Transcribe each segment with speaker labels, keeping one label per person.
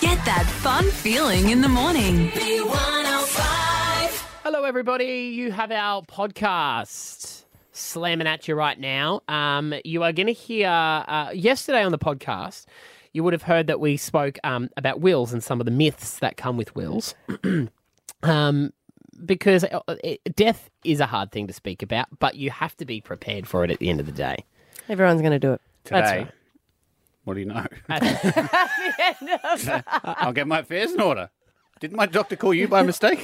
Speaker 1: Get that fun feeling in the morning.
Speaker 2: Hello, everybody. You have our podcast slamming at you right now. Um, you are going to hear uh, yesterday on the podcast. You would have heard that we spoke um, about wills and some of the myths that come with wills, um, because uh, it- death is a hard thing to speak about, but you have to be prepared for it at the end of the day.
Speaker 3: Everyone's going to do it.
Speaker 2: That's
Speaker 4: today.
Speaker 2: right.
Speaker 4: What do you know? I'll get my affairs in order. Didn't my doctor call you by mistake?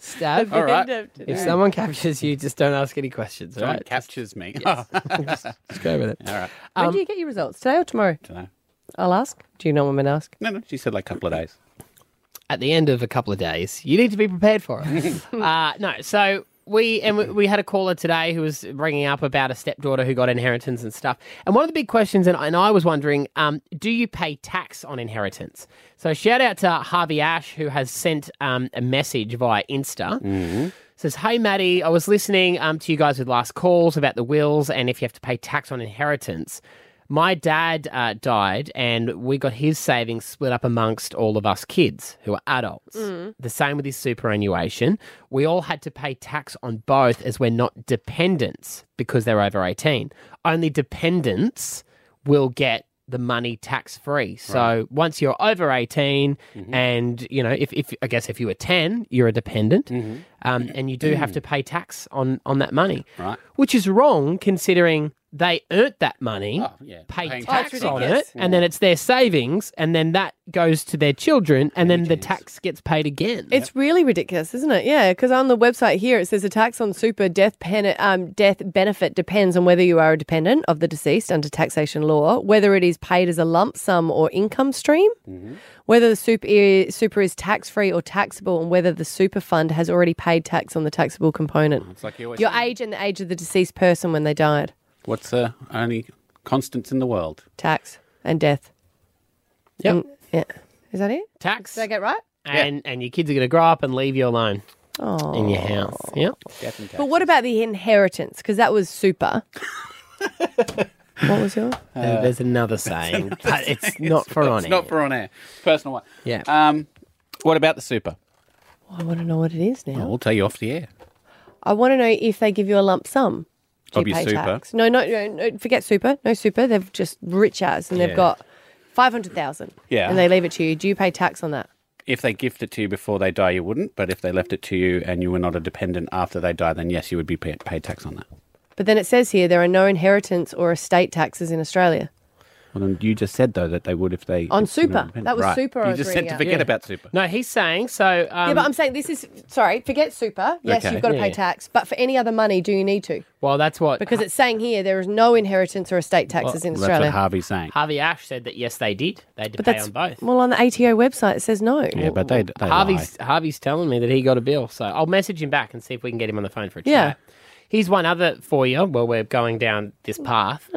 Speaker 2: Stab.
Speaker 4: All right.
Speaker 2: If someone captures you, just don't ask any questions. all
Speaker 4: Someone
Speaker 2: right?
Speaker 4: captures me.
Speaker 2: Just go with it.
Speaker 4: All right.
Speaker 3: When do you get your results? Today or tomorrow?
Speaker 4: Dunno.
Speaker 3: Um, I'll ask. Do you know when I'm going to ask?
Speaker 4: No, no. She said like a couple of days.
Speaker 2: at the end of a couple of days, you need to be prepared for it. uh, no, so we and we, we had a caller today who was bringing up about a stepdaughter who got inheritance and stuff. And one of the big questions, and, and I was wondering, um, do you pay tax on inheritance? So shout out to Harvey Ash who has sent um, a message via Insta. Says, hey, Maddie, I was listening um, to you guys with last calls about the wills and if you have to pay tax on inheritance. My dad uh, died, and we got his savings split up amongst all of us kids who are adults. The same with his superannuation. We all had to pay tax on both as we're not dependents because they're over 18. Only dependents will get the money tax free. So once you're over 18 and you know if, if I guess if you were 10 you're a dependent um, and you do have to pay tax on on that money.
Speaker 4: Right.
Speaker 2: Which is wrong considering they earned that money,
Speaker 4: Oh, yeah.
Speaker 2: paid
Speaker 4: Paying
Speaker 2: tax
Speaker 4: tax
Speaker 2: on
Speaker 4: on
Speaker 2: it,
Speaker 4: it.
Speaker 2: and then it's their savings and then that goes to their children and then the tax gets paid again.
Speaker 3: It's really ridiculous, isn't it? Yeah, because on the website here it says the tax on super death pen, um, death benefit depends on whether you are a dependent of the deceased under taxation law, whether it is paid as a lump sum or income stream,
Speaker 2: Mm-hmm.
Speaker 3: whether the super is, super is tax free or taxable, and whether the super fund has already paid tax on the taxable component.
Speaker 2: Mm-hmm.
Speaker 4: It's like you always.
Speaker 3: Your
Speaker 4: say,
Speaker 3: age and the age of the deceased person when they died,
Speaker 4: What's the only constants in the world?
Speaker 3: tax and death.
Speaker 2: Yep.
Speaker 3: And- yeah, is that it?
Speaker 2: tax
Speaker 3: Did I get it right?
Speaker 2: and and your kids are going to grow up and leave you alone
Speaker 3: Oh.
Speaker 2: in your house. Yep.
Speaker 4: Definitely.
Speaker 3: But what about the inheritance? Because that was super. what was yours?
Speaker 2: There- there's another saying, but it's not for on
Speaker 4: It's not
Speaker 2: air.
Speaker 4: for on air. Personal one.
Speaker 2: Yeah.
Speaker 4: Um, what about the super?
Speaker 3: Well, Oh, I want to know what it is now.
Speaker 4: Oh, we'll tell you off the air.
Speaker 3: I want to know if they give you a lump sum. Do
Speaker 4: Of
Speaker 3: you
Speaker 4: your
Speaker 3: pay
Speaker 4: super?
Speaker 3: tax? No, no, no, no. Forget super. No super. They've just rich as, and
Speaker 2: Yeah.
Speaker 3: they've got five hundred thousand.
Speaker 4: Yeah.
Speaker 3: And they leave it to you. Do you pay tax on that?
Speaker 4: If they gift it to you before they die, you wouldn't. But if they left it to you and you were not a dependent after they die, then yes, you would be pay- paid tax on that.
Speaker 3: But then it says here there are no inheritance or estate taxes in Australia.
Speaker 4: Well, then you just said though that they would if they
Speaker 3: On
Speaker 4: if
Speaker 3: super.
Speaker 4: someone went-
Speaker 3: That was
Speaker 4: Right.
Speaker 3: super I
Speaker 4: You
Speaker 3: was
Speaker 4: just said
Speaker 3: reading
Speaker 4: to
Speaker 3: out.
Speaker 4: forget
Speaker 2: Yeah.
Speaker 4: about super.
Speaker 2: No, he's saying so. Um,
Speaker 3: yeah, but I'm saying this is sorry. Forget super. Yes,
Speaker 4: Okay.
Speaker 3: you've got to
Speaker 2: Yeah,
Speaker 3: pay
Speaker 2: yeah.
Speaker 3: tax. But for any other money, do you need to?
Speaker 2: well, that's what
Speaker 3: Because it's saying here there is no inheritance or estate taxes in
Speaker 4: Well, that's
Speaker 3: Australia.
Speaker 4: what Harvey's saying.
Speaker 2: Harvey Ash said that yes, they did. They had to
Speaker 3: But
Speaker 2: pay
Speaker 3: that's
Speaker 2: on both.
Speaker 3: well on the ATO website. It says no.
Speaker 4: yeah, but they, they lie.
Speaker 2: Harvey's Harvey's telling me that he got a bill, so I'll message him back and see if we can get him on the phone for a
Speaker 3: Yeah.
Speaker 2: chat. Here's one other for you. Well, we're going down this path.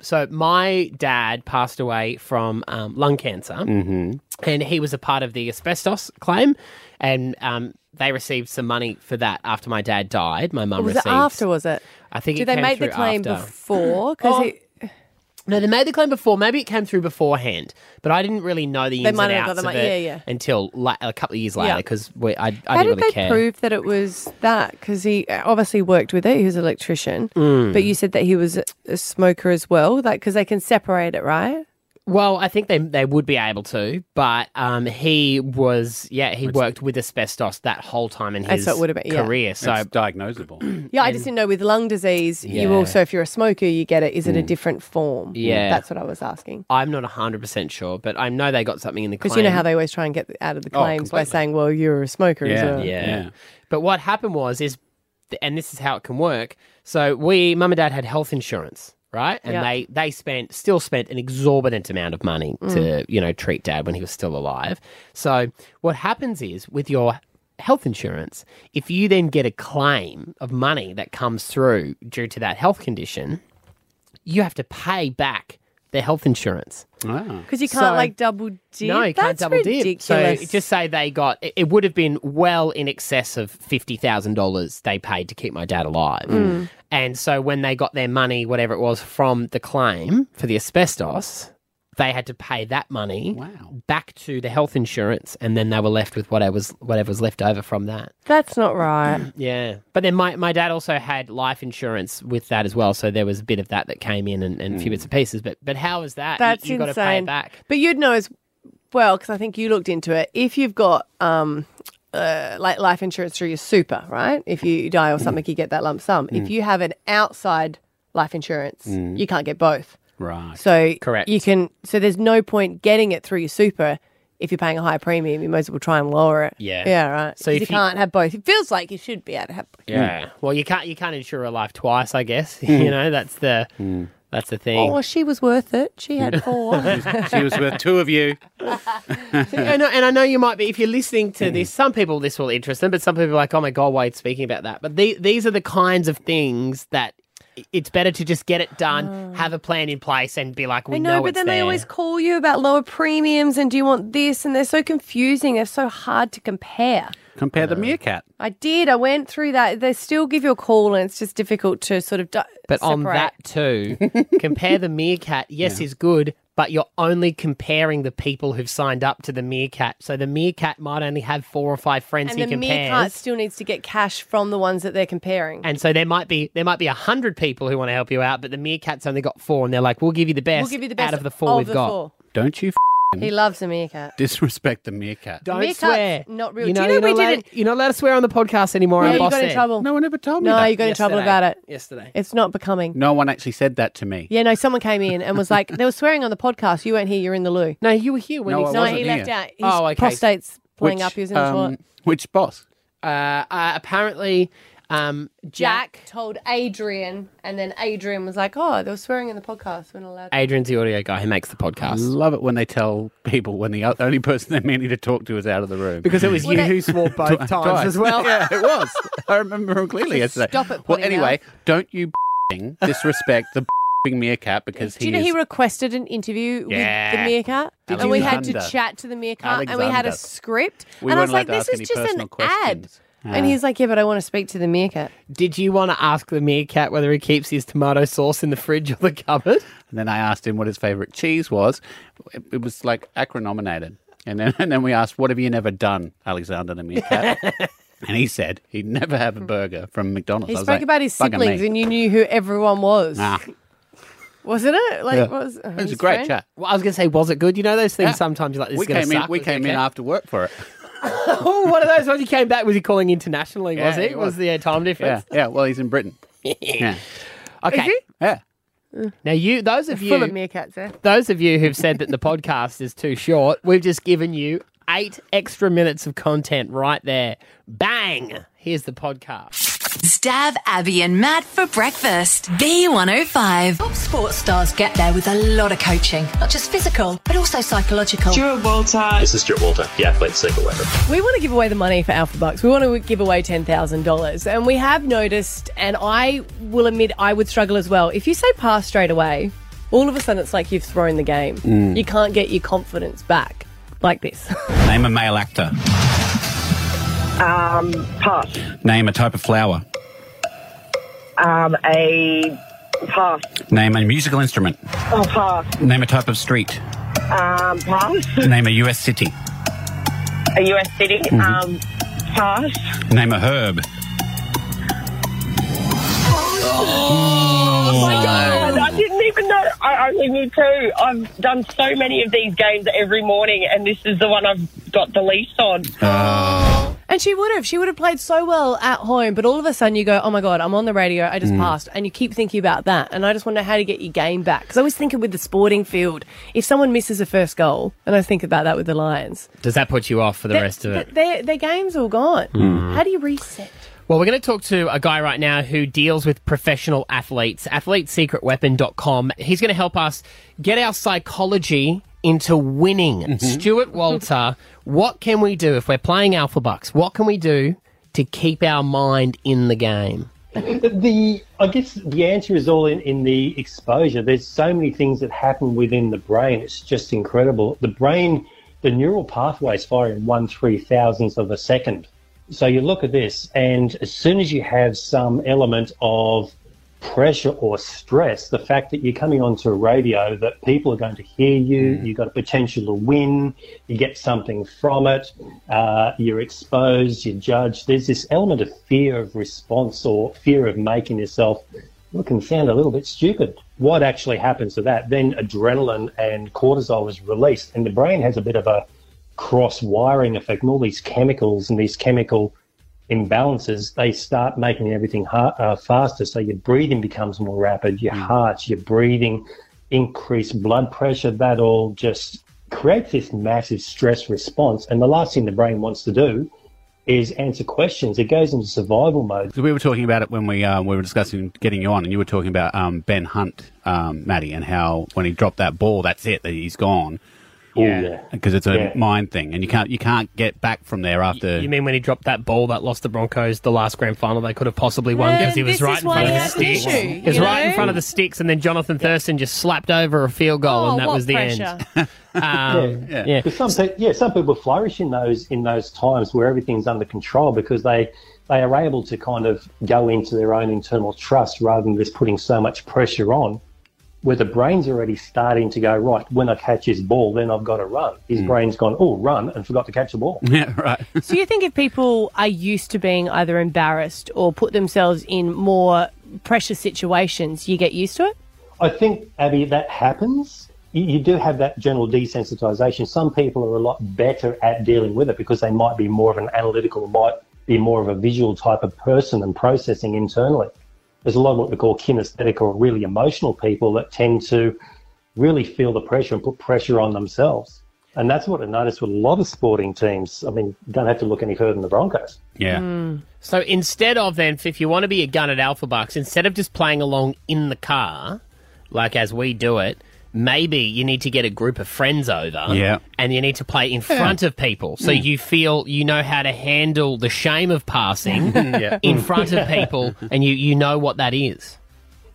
Speaker 2: so my dad passed away from um, lung cancer,
Speaker 4: Mm-hmm.
Speaker 2: and he was a part of the asbestos claim, and um, they received some money for that after my dad died. My mum
Speaker 3: was
Speaker 2: received.
Speaker 3: it after? Was it?
Speaker 2: I think
Speaker 3: Did
Speaker 2: it
Speaker 3: they
Speaker 2: came
Speaker 3: make the
Speaker 2: through
Speaker 3: claim
Speaker 2: after.
Speaker 3: before? Because
Speaker 2: Oh, No, they made the claim before. Maybe it came through beforehand, but I didn't really know the ins and
Speaker 3: might have got
Speaker 2: outs
Speaker 3: the
Speaker 2: of
Speaker 3: mo-
Speaker 2: it
Speaker 3: yeah, yeah.
Speaker 2: until la- a couple of years
Speaker 3: Yeah.
Speaker 2: later because I, I didn't
Speaker 3: how did
Speaker 2: really
Speaker 3: they
Speaker 2: care.
Speaker 3: prove that it was that? Because he obviously worked with it. He was an electrician,
Speaker 2: Mm.
Speaker 3: but you said that he was a- a smoker as well. Like because they can separate it, right?
Speaker 2: well, I think they they would be able to, but um, he was yeah he worked with asbestos that whole time in
Speaker 3: I
Speaker 2: his
Speaker 3: saw it would've been- yeah.
Speaker 2: career. So
Speaker 4: It's diagnosable.
Speaker 3: Yeah, I just didn't know with lung disease, you
Speaker 2: Yeah. Mm.
Speaker 3: also if you're a smoker, you get it. Is it a different form?
Speaker 2: Yeah.
Speaker 3: that's what I was asking.
Speaker 2: I'm not hundred percent sure, but I know they got something in the
Speaker 3: Because
Speaker 2: claim. Oh,
Speaker 3: you know how they always try and get out of the claims by
Speaker 4: completely.
Speaker 3: saying, "Well, you're a smoker as
Speaker 4: Yeah.
Speaker 3: well."
Speaker 2: Yeah.
Speaker 4: Yeah.
Speaker 2: But what happened was is, and this is how it can work. So we, mum and dad, had health insurance, right? And
Speaker 3: Yeah.
Speaker 2: they they spent still spent an exorbitant amount of money to you know treat dad when he was still alive. So what happens is with your health insurance, if you then get a claim of money that comes through due to that health condition, you have to pay back the health insurance.
Speaker 4: Ah.
Speaker 3: Because you can't
Speaker 2: So-
Speaker 3: like double dip.
Speaker 2: No, you can't
Speaker 3: That's
Speaker 2: double dip.
Speaker 3: ridiculous.
Speaker 2: So it- just say they got it, it would have been well in excess of fifty thousand dollars they paid to keep my dad alive.
Speaker 3: Mm.
Speaker 2: And so when they got their money, whatever it was, from the claim for the asbestos, they had to pay that money
Speaker 4: Wow.
Speaker 2: back to the health insurance, and then they were left with whatever was whatever was left over from that.
Speaker 3: That's not right.
Speaker 2: Yeah, but then my, my dad also had life insurance with that as well, so there was a bit of that that came in and, and a few bits and pieces. But but how is that? You-
Speaker 3: Mm. That's
Speaker 2: you, got to pay
Speaker 3: insane.
Speaker 2: it back.
Speaker 3: But you'd know as well because I think you looked into it. If you've got um, uh, like life insurance through your super, right? If you die or something, you get that lump sum.
Speaker 2: Mm.
Speaker 3: If you have an outside life insurance, you can't get both.
Speaker 4: Right.
Speaker 3: So
Speaker 2: Correct.
Speaker 3: You can. So there's no point getting it through your super. If you're paying a high premium, you might as well try and lower it.
Speaker 2: Yeah.
Speaker 3: Yeah, right.
Speaker 2: So
Speaker 3: 'Cause
Speaker 2: if
Speaker 3: you
Speaker 2: you-
Speaker 3: can't have both, it feels like you should be able to have both.
Speaker 2: Yeah. Well, you can't you can't insure a life twice, I guess. you know, that's the that's the thing.
Speaker 3: Mm. Oh, well, she was worth it. She had four.
Speaker 4: she was with two of you.
Speaker 2: and, I- and I know you might be, if you're listening to this,
Speaker 3: Mm.
Speaker 2: some people this will interest them, but some people are like, oh my God, Wade's speaking about that. But the, these are the kinds of things that i- it's better to just get it done, have a plan in place, and be like, we
Speaker 3: Oh. I know, but
Speaker 2: it's
Speaker 3: then they
Speaker 2: there.
Speaker 3: always call you about lower premiums and do you want this? And they're so confusing. They're so hard to compare.
Speaker 4: Compare
Speaker 3: Uh.
Speaker 4: the meerkat.
Speaker 3: I did. I went through that. They still give you a call, and it's just difficult to sort of. Di-
Speaker 2: But on
Speaker 3: separate.
Speaker 2: that too, compare the meerkat. Yes, is good, but you're only comparing the people who've signed up to the meerkat. So the meerkat might only have four or five friends
Speaker 3: and
Speaker 2: he
Speaker 3: the
Speaker 2: compares.
Speaker 3: meerkat still needs to get cash from the ones that they're comparing.
Speaker 2: and so there might be there might be a hundred people who want to help you out, but the meerkat's only got four, and they're like, "We'll give you the best,
Speaker 3: we'll give you the best
Speaker 2: out of the four we've
Speaker 3: the
Speaker 2: got."
Speaker 3: four.
Speaker 4: Don't you f-
Speaker 3: He loves a meerkat.
Speaker 4: disrespect the meerkat.
Speaker 2: Don't
Speaker 3: Meerkat's
Speaker 2: swear.
Speaker 3: not real.
Speaker 2: You
Speaker 3: Do
Speaker 2: know,
Speaker 3: you know
Speaker 2: you're
Speaker 3: we
Speaker 2: not allowed-
Speaker 3: didn't-
Speaker 2: You're not allowed to swear on the podcast anymore.
Speaker 3: No,
Speaker 2: our
Speaker 3: you
Speaker 2: boss
Speaker 3: got in
Speaker 2: said.
Speaker 3: trouble.
Speaker 4: No one ever told me
Speaker 3: No,
Speaker 4: that.
Speaker 3: you got in trouble
Speaker 2: Yesterday.
Speaker 3: about it.
Speaker 2: yesterday.
Speaker 3: It's not becoming.
Speaker 4: No one actually said that to me.
Speaker 3: Yeah, no. Someone came in and was like, "They were swearing on the podcast. You weren't here. You're in the loo."
Speaker 2: No, you were here when
Speaker 4: No,
Speaker 2: you
Speaker 4: I
Speaker 2: said-
Speaker 3: No,
Speaker 4: wasn't
Speaker 3: he left
Speaker 4: here.
Speaker 3: out. His
Speaker 2: Oh, okay.
Speaker 3: prostate's playing
Speaker 4: Which,
Speaker 3: up. He was in the
Speaker 4: um,
Speaker 3: toilet.
Speaker 4: Which boss?
Speaker 2: uh, uh, apparently um, Jack.
Speaker 3: Jack told Adrian, and then Adrian was like, "Oh, they were swearing in the podcast. We're not allowed." To.
Speaker 2: Adrian's the audio guy who makes the podcast.
Speaker 4: Love it when they tell people when the o- only person they're meaning to talk to is out of the room.
Speaker 2: Because it was you
Speaker 3: that-
Speaker 2: who swore both times
Speaker 4: Twice.
Speaker 2: as well.
Speaker 4: yeah, it was. I remember him clearly yesterday.
Speaker 3: stop it,
Speaker 4: Well,
Speaker 3: potty
Speaker 4: anyway, don't you f***ing disrespect the f***ing meerkat because
Speaker 3: Do
Speaker 4: he
Speaker 3: you know he
Speaker 4: is
Speaker 3: requested an interview with the
Speaker 4: Yeah.
Speaker 3: meerkat,
Speaker 4: Did
Speaker 3: and we
Speaker 4: you?
Speaker 3: had to
Speaker 4: Alexander.
Speaker 3: chat to the meerkat, and we had a
Speaker 4: Alexander.
Speaker 3: script,
Speaker 4: We
Speaker 3: and I
Speaker 4: weren't
Speaker 3: was like,
Speaker 4: allowed to
Speaker 3: "This is
Speaker 4: ask any
Speaker 3: just an
Speaker 4: personal questions.
Speaker 3: ad," and he's like, "Yeah, but I want to speak to the meerkat."
Speaker 2: Did you want to ask the meerkat whether he keeps his tomato sauce in the fridge or the cupboard?
Speaker 4: And then I asked him what his favorite cheese was. It, it was like acronominated. And then, and then we asked, what have you never done, Alexander the Meerkat? and he said he'd never have a burger from McDonald's.
Speaker 3: He
Speaker 4: I was
Speaker 3: spoke
Speaker 4: like,
Speaker 3: about his
Speaker 4: "Bugger
Speaker 3: siblings,
Speaker 4: me." Ah,
Speaker 3: and you knew who everyone was,
Speaker 4: Nah.
Speaker 3: wasn't it? Like,
Speaker 4: Yeah.
Speaker 3: what was,
Speaker 4: It was a great chat.
Speaker 2: Well, I was going to say, was it good? You know those things
Speaker 4: Yeah.
Speaker 2: sometimes you're like, this
Speaker 4: we
Speaker 2: is going to
Speaker 4: came
Speaker 2: suck.
Speaker 4: in. We
Speaker 2: was it
Speaker 4: came in
Speaker 2: okay?
Speaker 4: after work for it.
Speaker 2: Oh, one of those ones he came back, was he calling internationally, was
Speaker 4: Yeah,
Speaker 2: it?
Speaker 4: he
Speaker 2: Was
Speaker 4: was.
Speaker 2: the uh, time
Speaker 4: Yeah,
Speaker 2: difference?
Speaker 4: yeah. Well, he's in Britain. Yeah,
Speaker 2: Okay.
Speaker 4: yeah.
Speaker 2: Now, you, those of
Speaker 3: Full of
Speaker 2: you,
Speaker 3: meerkats eh? there.
Speaker 2: those of you who've said that the podcast is too short, we've just given you eight extra minutes of content right there. Bang! Here's the podcast.
Speaker 1: Stab Abby and Matt for breakfast. B105.
Speaker 5: Top sports stars get there with a lot of coaching, not just physical, but also psychological.
Speaker 6: Stuart Walter.
Speaker 7: This is Stuart Walter, the athlete sleeper weather.
Speaker 3: We want to give away the money for Alpha Bucks. We want to give away $10,000. And we have noticed, and I will admit I would struggle as well. If you say pass straight away, all of a sudden it's like you've thrown the game. You can't get your confidence back like this.
Speaker 8: Name a male actor.
Speaker 9: Pass.
Speaker 8: Name a type of flower.
Speaker 9: Um, a pass.
Speaker 8: Name a musical instrument.
Speaker 9: Oh, pass.
Speaker 8: Name a type of street.
Speaker 9: Um, pass.
Speaker 8: Name a US city.
Speaker 9: A US city. Um, pass.
Speaker 8: Name a herb.
Speaker 9: And Oh, I didn't even know. I only knew two. I've done so many of these games every morning, and this is the one I've got the least on.
Speaker 3: and she would have. She would have played so well at home, but all of a sudden you go, oh my God, I'm on the radio. I just passed. And you keep thinking about that. And I just want to know how to get your game back. Because I was thinking with the sporting field, if someone misses a first goal, and I think about that with the Lions,
Speaker 2: Does that put you off for the rest of it?
Speaker 3: th- their, their game's all gone. How do you reset?
Speaker 2: Well, we're going to talk to a guy right now who deals with professional athletes, athletesecretweapon.com. He's going to help us get our psychology into winning. Stuart Walter, what can we do if we're playing Alpha Bucks? What can we do to keep our mind in the game?
Speaker 10: the I guess the answer is all in, in the exposure. There's so many things that happen within the brain. It's just incredible. The brain, the neural pathways fire in one three thousandth of a second. So you look at this, and as soon as you have some element of pressure or stress, the fact that you're coming onto radio, that people are going to hear you, you've got a potential to win, you get something from it, uh, you're exposed, you're judged. There's this element of fear of response or fear of making yourself look and sound a little bit stupid. What actually happens to that? Then adrenaline and cortisol is released, and the brain has a bit of a cross wiring effect, and all these chemicals and these chemical imbalances, they start making everything ha- uh, faster. So your breathing becomes more rapid, your heart, your breathing, increased blood pressure. That all just creates this massive stress response. And the last thing the brain wants to do is answer questions. It goes into survival mode.
Speaker 4: So we were talking about it when we um, we were discussing getting you on, and you were talking about um, Ben Hunt, um, Maddie, and how when he dropped that ball, that's it, that he's gone.
Speaker 10: yeah.
Speaker 4: because it's a
Speaker 10: Yeah.
Speaker 4: mind thing, and you can't you can't get back from there after.
Speaker 2: You mean when he dropped that ball that lost the Broncos the last grand final they could have possibly won because he
Speaker 11: Um,
Speaker 2: was
Speaker 11: this
Speaker 2: right
Speaker 11: is
Speaker 2: in
Speaker 11: why
Speaker 2: front of
Speaker 11: he
Speaker 2: the
Speaker 11: had an
Speaker 2: sticks?
Speaker 11: issue,
Speaker 2: He was
Speaker 11: you
Speaker 2: right in
Speaker 11: know?
Speaker 2: front of the sticks, and then Jonathan Thurston just slapped over a field goal,
Speaker 3: Oh,
Speaker 2: and that
Speaker 3: what
Speaker 2: was the
Speaker 3: pressure.
Speaker 2: end. Um,
Speaker 4: Yeah.
Speaker 2: yeah.
Speaker 10: Because some pe- yeah, some people flourish in those in those times where everything's under control because they they are able to kind of go into their own internal trust rather than just putting so much pressure on. Where the brain's already starting to go right. When I catch his ball, then I've got to run. His brain's gone, oh, run, and forgot to catch the ball.
Speaker 4: yeah, right.
Speaker 3: Do you think if people are used to being either embarrassed or put themselves in more pressure situations, you get used to it?
Speaker 10: I think, Abby, that happens. You, you do have that general desensitization. Some people are a lot better at dealing with it because they might be more of an analytical, might be more of a visual type of person and processing internally. There's a lot of what we call kinesthetic or really emotional people that tend to really feel the pressure and put pressure on themselves. And that's what I noticed with a lot of sporting teams. I mean, you don't have to look any further than the Broncos.
Speaker 4: Yeah,
Speaker 11: Hmm.
Speaker 2: So instead of then, if you want to be a gun at Alpha Bucks, instead of just playing along in the car, like as we do it, maybe you need to get a group of friends over.
Speaker 4: Yeah. Mm.
Speaker 2: And you need to play in front of people. So you feel you know how to handle the shame of passing
Speaker 4: Yeah.
Speaker 2: in front of people and you, you know what that is.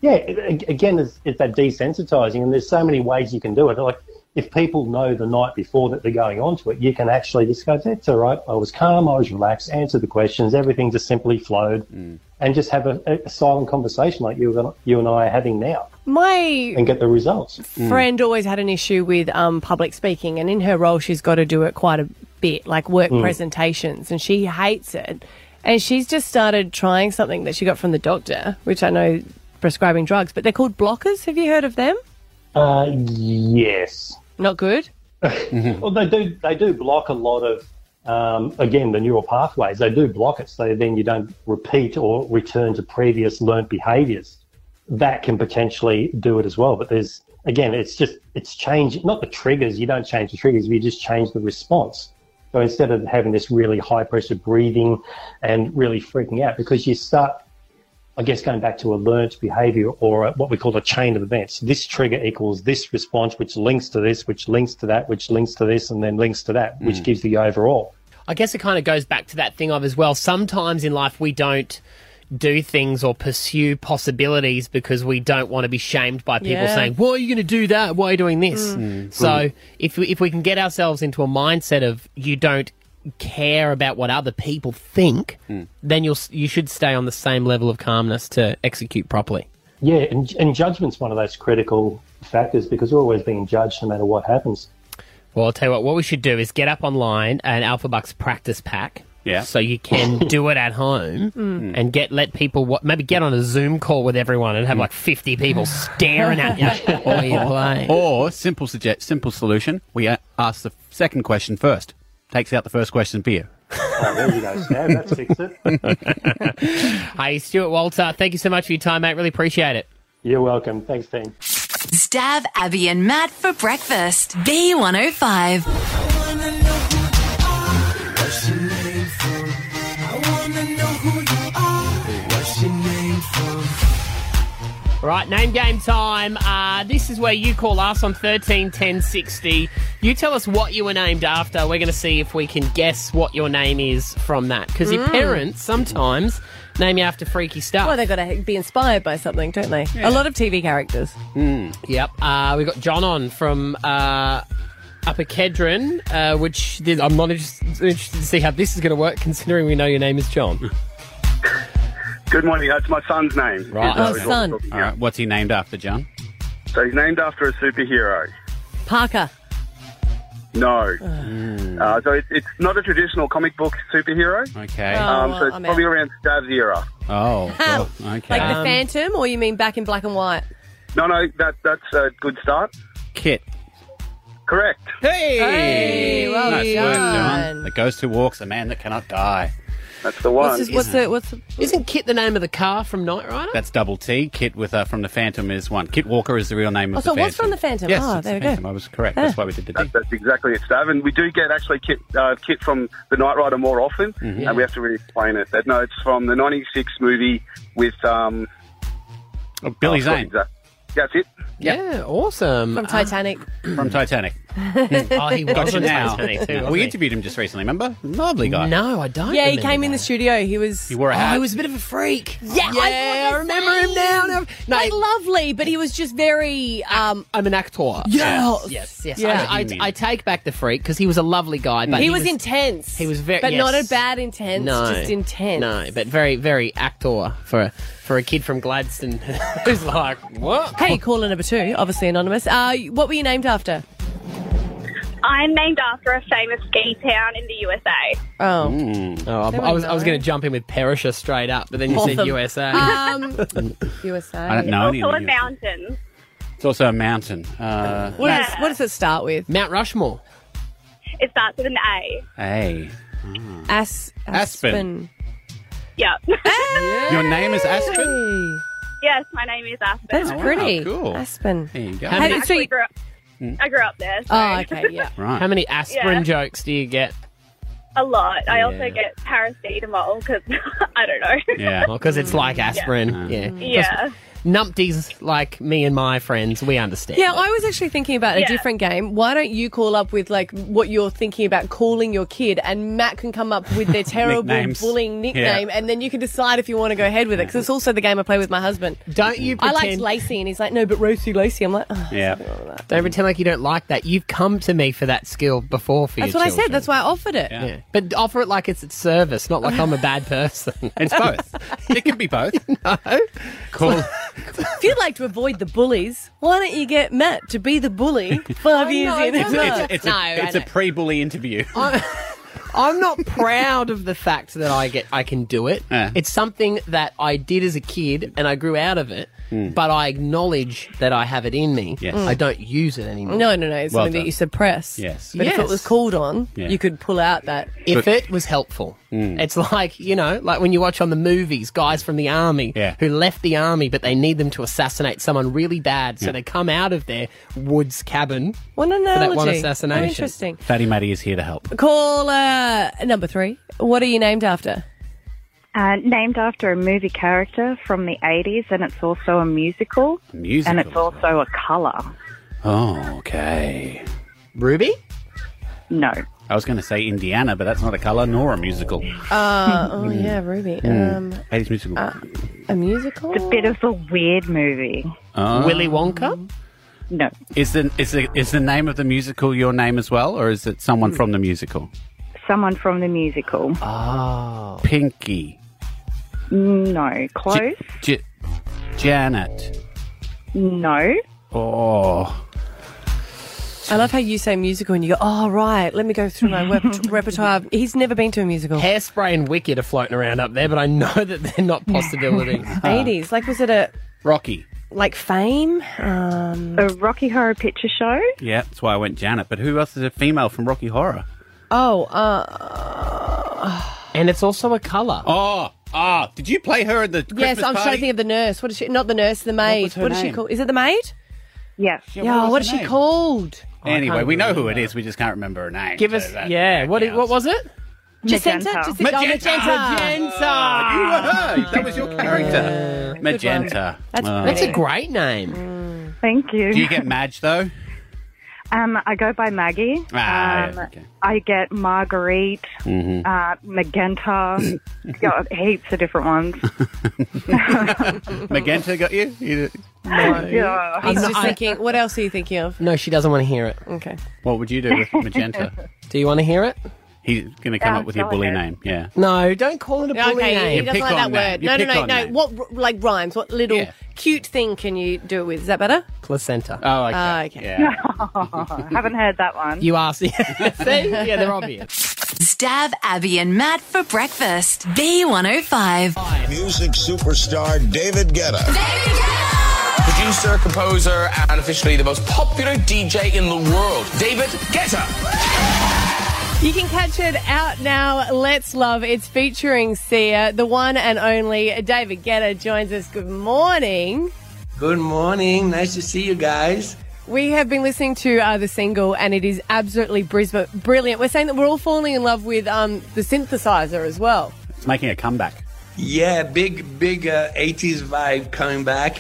Speaker 10: Yeah, it- a- again, it's, it's that desensitizing, and there's so many ways you can do it. Like, if people know the night before that they're going on to it, you can actually just go, that's all right. I was calm, I was relaxed, answered the questions, everything just simply flowed, and just have a, a silent conversation like you, were- you and I are having now
Speaker 3: My
Speaker 10: and get the results.
Speaker 3: friend always had an issue with um, public speaking, and in her role, she's got to do it quite a bit, like work presentations, and she hates it. And she's just started trying something that she got from the doctor, which I know prescribing drugs, but they're called blockers. Have you heard of them?
Speaker 10: Uh, yes.
Speaker 3: Not good.
Speaker 10: Well, they do. They do block a lot of, um, again, the neural pathways. They do block it, so then you don't repeat or return to previous learnt behaviours. That can potentially do it as well. But there's again, it's just it's change, not the triggers. You don't change the triggers. You just change the response. So instead of having this really high pressure breathing and really freaking out, because you start I guess going back to a learnt behavior or a, what we call a chain of events. This trigger equals this response, which links to this, which links to that, which links to this, and then links to that,
Speaker 12: Mm.
Speaker 10: which gives the overall.
Speaker 2: I guess it kind of goes back to that thing of as well. Sometimes in life, we don't do things or pursue possibilities because we don't want to be shamed by people
Speaker 3: Yeah.
Speaker 2: saying, "Why are you going to do that? Why are you doing this?" So if we, if we can get ourselves into a mindset of you don't care about what other people think, then you'll s- you should stay on the same level of calmness to execute properly.
Speaker 10: Yeah, and, and judgment's one of those critical factors because we're always being judged no matter what happens.
Speaker 2: Well, I'll tell you what. What we should do is get up online an Alpha Bucks practice pack.
Speaker 4: Yeah.
Speaker 2: So you can do it at home and get let people wa- maybe get on a Zoom call with everyone and have like fifty people staring at you while you play.
Speaker 4: or simple suggest simple solution. We a- ask the second question first. Takes out the first question for you.
Speaker 10: Oh, there you go, Stab. That's fixed it.
Speaker 2: Hey, Stuart Walter, thank you so much for your time, mate. Really appreciate it.
Speaker 10: You're welcome. Thanks, team.
Speaker 1: Stab Abby and Matt for breakfast. B105.
Speaker 2: Right, name game time. Uh, this is where you call us on 13 10 60. You tell us what you were named after. We're going to see if we can guess what your name is from that. Because your parents sometimes name you after freaky stuff.
Speaker 3: Well, they've got to be inspired by something, don't they? A lot of TV characters.
Speaker 2: Yep. Uh, we got John on from uh, Upper Kedron, uh, which th-
Speaker 3: Hmm.
Speaker 2: I'm not interested, interested to see how this is going to work, considering we know your name is John.
Speaker 8: Good morning. That's my son's name.
Speaker 4: Right.
Speaker 11: Oh,
Speaker 8: Is, uh, is what we're talking
Speaker 4: All right. What's he named after, John?
Speaker 8: about. So he's named after a superhero.
Speaker 11: Parker.
Speaker 8: No. Uh, so it, it's not a traditional comic book superhero.
Speaker 4: Okay.
Speaker 11: Oh,
Speaker 8: um,
Speaker 11: well,
Speaker 8: so it's
Speaker 11: I'm
Speaker 8: probably around Stav's era.
Speaker 4: Oh.
Speaker 11: How?
Speaker 4: well, okay.
Speaker 11: Like the Phantom, or you mean back in black and white?
Speaker 8: No, no, that that's a good start.
Speaker 4: Kit.
Speaker 8: Correct.
Speaker 4: Hey.
Speaker 11: Hey, well
Speaker 4: nice work,
Speaker 11: done.
Speaker 4: John. The ghost who walks, the man that cannot die.
Speaker 8: That's the
Speaker 2: What's his- what's
Speaker 4: Isn't it?
Speaker 2: the, what's Isn't Kit the name of the car from Knight Rider?
Speaker 4: That's double T. Kit with uh, from the Phantom is one. Kit Walker is the real name
Speaker 2: Oh,
Speaker 4: of
Speaker 2: so
Speaker 4: the
Speaker 2: it
Speaker 4: Phantom.
Speaker 2: was from the Phantom.
Speaker 4: Yes,
Speaker 3: Oh,
Speaker 2: Ah,
Speaker 4: it's
Speaker 2: there we
Speaker 4: the
Speaker 2: go.
Speaker 4: Phantom. I was correct. That's why we did the D.
Speaker 8: That, that's exactly it, Stav. And we do get actually Kit, uh, Kit from The Knight Rider more often,
Speaker 4: Mhm.
Speaker 8: and we have to really explain it. But no, it's from the 96 movie with. Um,
Speaker 4: Billy
Speaker 8: oh, sorry,
Speaker 4: Zane.
Speaker 8: that- That's it.
Speaker 2: Yeah, awesome.
Speaker 11: From Titanic.
Speaker 4: From Titanic.
Speaker 2: oh, he
Speaker 4: Got
Speaker 2: was
Speaker 4: you
Speaker 2: on
Speaker 4: now.
Speaker 2: Titanic too, wasn't
Speaker 4: we
Speaker 2: he?
Speaker 4: interviewed him just recently, remember? Lovely guy.
Speaker 2: No, I don't. Oh,
Speaker 3: yeah, he came in the studio. He was.
Speaker 4: He wore a hat.
Speaker 2: was a bit of a freak.
Speaker 3: Yeah, I, remember him now. No, like lovely, but he was just very. Um,
Speaker 2: I'm an actor.
Speaker 3: Yes.
Speaker 2: Yes, yes.
Speaker 3: Yeah.
Speaker 2: I,
Speaker 3: I
Speaker 2: I,
Speaker 3: mean-
Speaker 2: I take back the freak because he was a lovely guy, but
Speaker 3: he, was, intense.
Speaker 2: he was very-
Speaker 3: but not
Speaker 2: yes.
Speaker 3: a bad intense.
Speaker 2: No,
Speaker 3: just intense.
Speaker 2: No, but very, very actor for for a kid from Gladstone who's like, what?
Speaker 3: Hey, caller number two, obviously anonymous. Uh, what were you named after?
Speaker 13: I'm named after a famous ski town in the USA.
Speaker 3: Oh,
Speaker 2: Oh, I,
Speaker 3: They
Speaker 2: I was I was
Speaker 3: wouldn't
Speaker 2: going to jump in with Perisher straight up, but then you said
Speaker 3: Awesome.
Speaker 2: USA.
Speaker 3: Um, USA.
Speaker 4: I don't know any of
Speaker 13: also a
Speaker 4: you.
Speaker 13: mountain.
Speaker 4: It's also a mountain. Uh,
Speaker 3: What, does, what does it start with?
Speaker 2: Mount Rushmore.
Speaker 13: It starts with an A.
Speaker 4: Hey.
Speaker 3: As-
Speaker 4: Aspen.
Speaker 13: Yep.
Speaker 4: Your name is Aspen?
Speaker 13: yes, my name is Aspen.
Speaker 3: That's
Speaker 4: Oh, wow,
Speaker 3: pretty.
Speaker 4: cool.
Speaker 3: Aspen.
Speaker 4: There you go.
Speaker 13: I actually grew up, I grew up there. so-
Speaker 3: Oh, okay, yeah.
Speaker 4: Right.
Speaker 2: How many aspirin
Speaker 13: Yeah.
Speaker 2: jokes do you get?
Speaker 13: A lot. I
Speaker 2: Yeah.
Speaker 13: also get paracetamol because I don't know.
Speaker 4: Yeah.
Speaker 2: Because it's like aspirin. Yeah.
Speaker 13: yeah.
Speaker 2: Numpties like me and my friends, we understand.
Speaker 3: Yeah, I was actually thinking about a
Speaker 13: Yeah.
Speaker 3: different game. Why don't you call up with like what you're thinking about calling your kid, and Matt can come up with their terrible
Speaker 4: Nicknames.
Speaker 3: bullying nickname,
Speaker 4: Yeah.
Speaker 3: and then you can decide if you want to go ahead with it. Because it's also the game I play with my husband.
Speaker 2: Don't you
Speaker 3: I
Speaker 2: pretend
Speaker 3: liked Lacey, and he's like, no, but Rosie Lacey. I'm like, oh,
Speaker 4: Yeah.
Speaker 2: Don't pretend like you don't like that. You've come to me for that skill before for
Speaker 3: that's
Speaker 2: your
Speaker 3: what I said.
Speaker 2: children.
Speaker 3: That's why I offered it.
Speaker 4: Yeah.
Speaker 2: Yeah. But offer it like it's at service, not like I'm a bad person.
Speaker 4: It's both. it can be both. Cool.
Speaker 3: If you'd like to avoid the bullies, why don't you get Matt to be the bully five years
Speaker 2: no, Oh.
Speaker 3: in?
Speaker 2: it's-
Speaker 4: It's, it's, it's,
Speaker 3: No, I
Speaker 4: a, it's a
Speaker 3: don't.
Speaker 4: pre-bully interview.
Speaker 2: I'm not proud of the fact that I get I can do it.
Speaker 4: Yeah.
Speaker 2: It's something that I did as a kid and I grew out of it, but I acknowledge that I have it in me.
Speaker 4: Hmm. Yes.
Speaker 2: I don't use it anymore.
Speaker 3: No, no, no. It's
Speaker 4: Well
Speaker 3: something
Speaker 4: done.
Speaker 3: that you suppress.
Speaker 4: Yes.
Speaker 3: But if it
Speaker 2: Yes.
Speaker 3: was called on,
Speaker 4: Yeah.
Speaker 3: you could pull out that.
Speaker 2: If it was helpful.
Speaker 4: Hmm.
Speaker 2: It's like, you know, like when you watch on the movies guys from the army
Speaker 4: Yeah.
Speaker 2: who left the army but they need them to assassinate someone really bad, so
Speaker 4: Yeah.
Speaker 2: they come out of their woods cabin.
Speaker 3: One analogy.
Speaker 2: that one
Speaker 3: How
Speaker 2: assassination.
Speaker 3: interesting.
Speaker 4: Fatty Matty is here to help.
Speaker 3: Caller uh, number three. What are you named after?
Speaker 14: Uh, named after a movie character from the 80s, and it's also a musical,
Speaker 4: Musical.
Speaker 14: and it's also a colour.
Speaker 4: Oh, okay.
Speaker 2: Ruby?
Speaker 14: No.
Speaker 4: I was going to say Indiana, but that's not a colour nor a musical.
Speaker 3: Uh, oh, yeah, Ruby. Um,
Speaker 4: 80s musical.
Speaker 2: Uh.
Speaker 3: a musical?
Speaker 14: It's a bit of a weird movie.
Speaker 4: Oh.
Speaker 2: Willy Wonka?
Speaker 14: No.
Speaker 4: Is the, is, the, is the name of the musical your name as well, or is it someone from the musical?
Speaker 14: Someone from the musical.
Speaker 2: Oh.
Speaker 4: Pinky.
Speaker 14: No. Close?
Speaker 4: J- Janet.
Speaker 14: No.
Speaker 4: Oh.
Speaker 3: I love how you say musical and you go, oh, right, let me go through my rep- repertoire. He's never been to a musical.
Speaker 2: Hairspray and Wicked are floating around up there, but I know that they're not possibilities.
Speaker 3: 80s. Like, was it a,
Speaker 4: Rocky.
Speaker 3: like, fame? Um,
Speaker 14: A Rocky Horror Picture Show?
Speaker 4: Yeah, that's why I went Janet. But who else is a female from Rocky Horror?
Speaker 3: oh, uh,
Speaker 2: and it's also a colour.
Speaker 4: Oh, ah, did you play her in the Christmas
Speaker 3: yes, I'm trying to
Speaker 4: party?
Speaker 3: think of the nurse. What is she? Not the nurse, the maid.
Speaker 4: was her
Speaker 3: what is she
Speaker 4: name?
Speaker 3: called? Is it the maid?
Speaker 14: Yes.
Speaker 4: Yeah,
Speaker 3: Yeah,
Speaker 4: was
Speaker 3: what
Speaker 4: her
Speaker 3: is she
Speaker 4: name?
Speaker 3: called?
Speaker 4: Anyway,
Speaker 2: can't
Speaker 4: we know who
Speaker 2: remember.
Speaker 4: it is. We just can't remember her name.
Speaker 2: Give
Speaker 4: so
Speaker 2: us,
Speaker 4: that-
Speaker 2: yeah.
Speaker 4: that
Speaker 2: What, it, what was
Speaker 4: counts.
Speaker 2: it?
Speaker 3: Jacinta?
Speaker 14: Magenta.
Speaker 3: Jacinta. Oh,
Speaker 4: Magenta.
Speaker 2: Magenta.
Speaker 4: You were her. That was your character. Magenta.
Speaker 3: That's
Speaker 4: Oh.
Speaker 2: That's a
Speaker 3: Yeah.
Speaker 2: great name.
Speaker 14: Thank you.
Speaker 4: Do you get Madge though?
Speaker 14: um, I go by Maggie.
Speaker 4: Ah,
Speaker 14: um,
Speaker 4: yeah, okay. Mm-hmm.
Speaker 14: I get Marguerite, uh, Magenta, yeah, heaps of different ones.
Speaker 4: Magenta got you? you?
Speaker 14: yeah.
Speaker 3: He's just thinking, what else are you thinking of?
Speaker 2: No, she doesn't want to hear it.
Speaker 3: Okay.
Speaker 4: What would you do with Magenta?
Speaker 2: Do you want to hear it?
Speaker 4: He's going to come
Speaker 3: Yeah,
Speaker 4: up with your
Speaker 3: go
Speaker 4: bully
Speaker 3: ahead.
Speaker 4: name. Yeah.
Speaker 15: No, don't call it a
Speaker 3: Okay,
Speaker 15: bully name.
Speaker 3: he doesn't
Speaker 4: pick
Speaker 3: like that
Speaker 4: on
Speaker 3: word.
Speaker 4: that. You
Speaker 3: No, no,
Speaker 4: pick
Speaker 3: no,
Speaker 4: on
Speaker 3: no.
Speaker 4: that.
Speaker 3: What r- like rhymes? What little cute thing can you do it with? Is that better?
Speaker 15: Placenta.
Speaker 4: Oh,
Speaker 3: okay. Ah, okay.
Speaker 15: Yeah.
Speaker 3: haven't heard that one.
Speaker 15: you asked. See? Yeah, they're obvious.
Speaker 1: Stab Abby and Matt for breakfast. B105.
Speaker 16: Music superstar David Guetta.
Speaker 9: Producer, composer, and officially the most popular DJ in the world, David Guetta.
Speaker 3: You can catch it out now. Let's love. It's featuring Sia, the one and only David Guetta joins us. Good morning.
Speaker 2: Good morning. Nice to see you guys.
Speaker 3: We have been listening to uh, the single, and it is absolutely Brisbane brilliant. We're saying that we're all falling in love with um, the synthesizer as well.
Speaker 4: It's making a comeback.
Speaker 2: Yeah, big, big uh, 80s vibe coming back.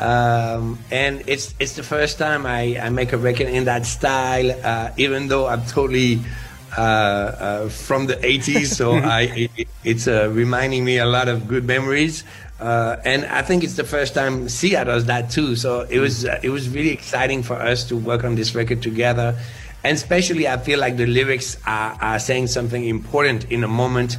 Speaker 2: Um, and it's it's the first time I, I make a record in that style, uh, even though I'm totally uh, uh, from the 80s. So I, it, it's uh, reminding me a lot of good memories. Uh, and I think it's the first time Sia does that too. So it was uh, it was really exciting for us to work on this record together. And especially, I feel like the lyrics are, are saying something important in a moment.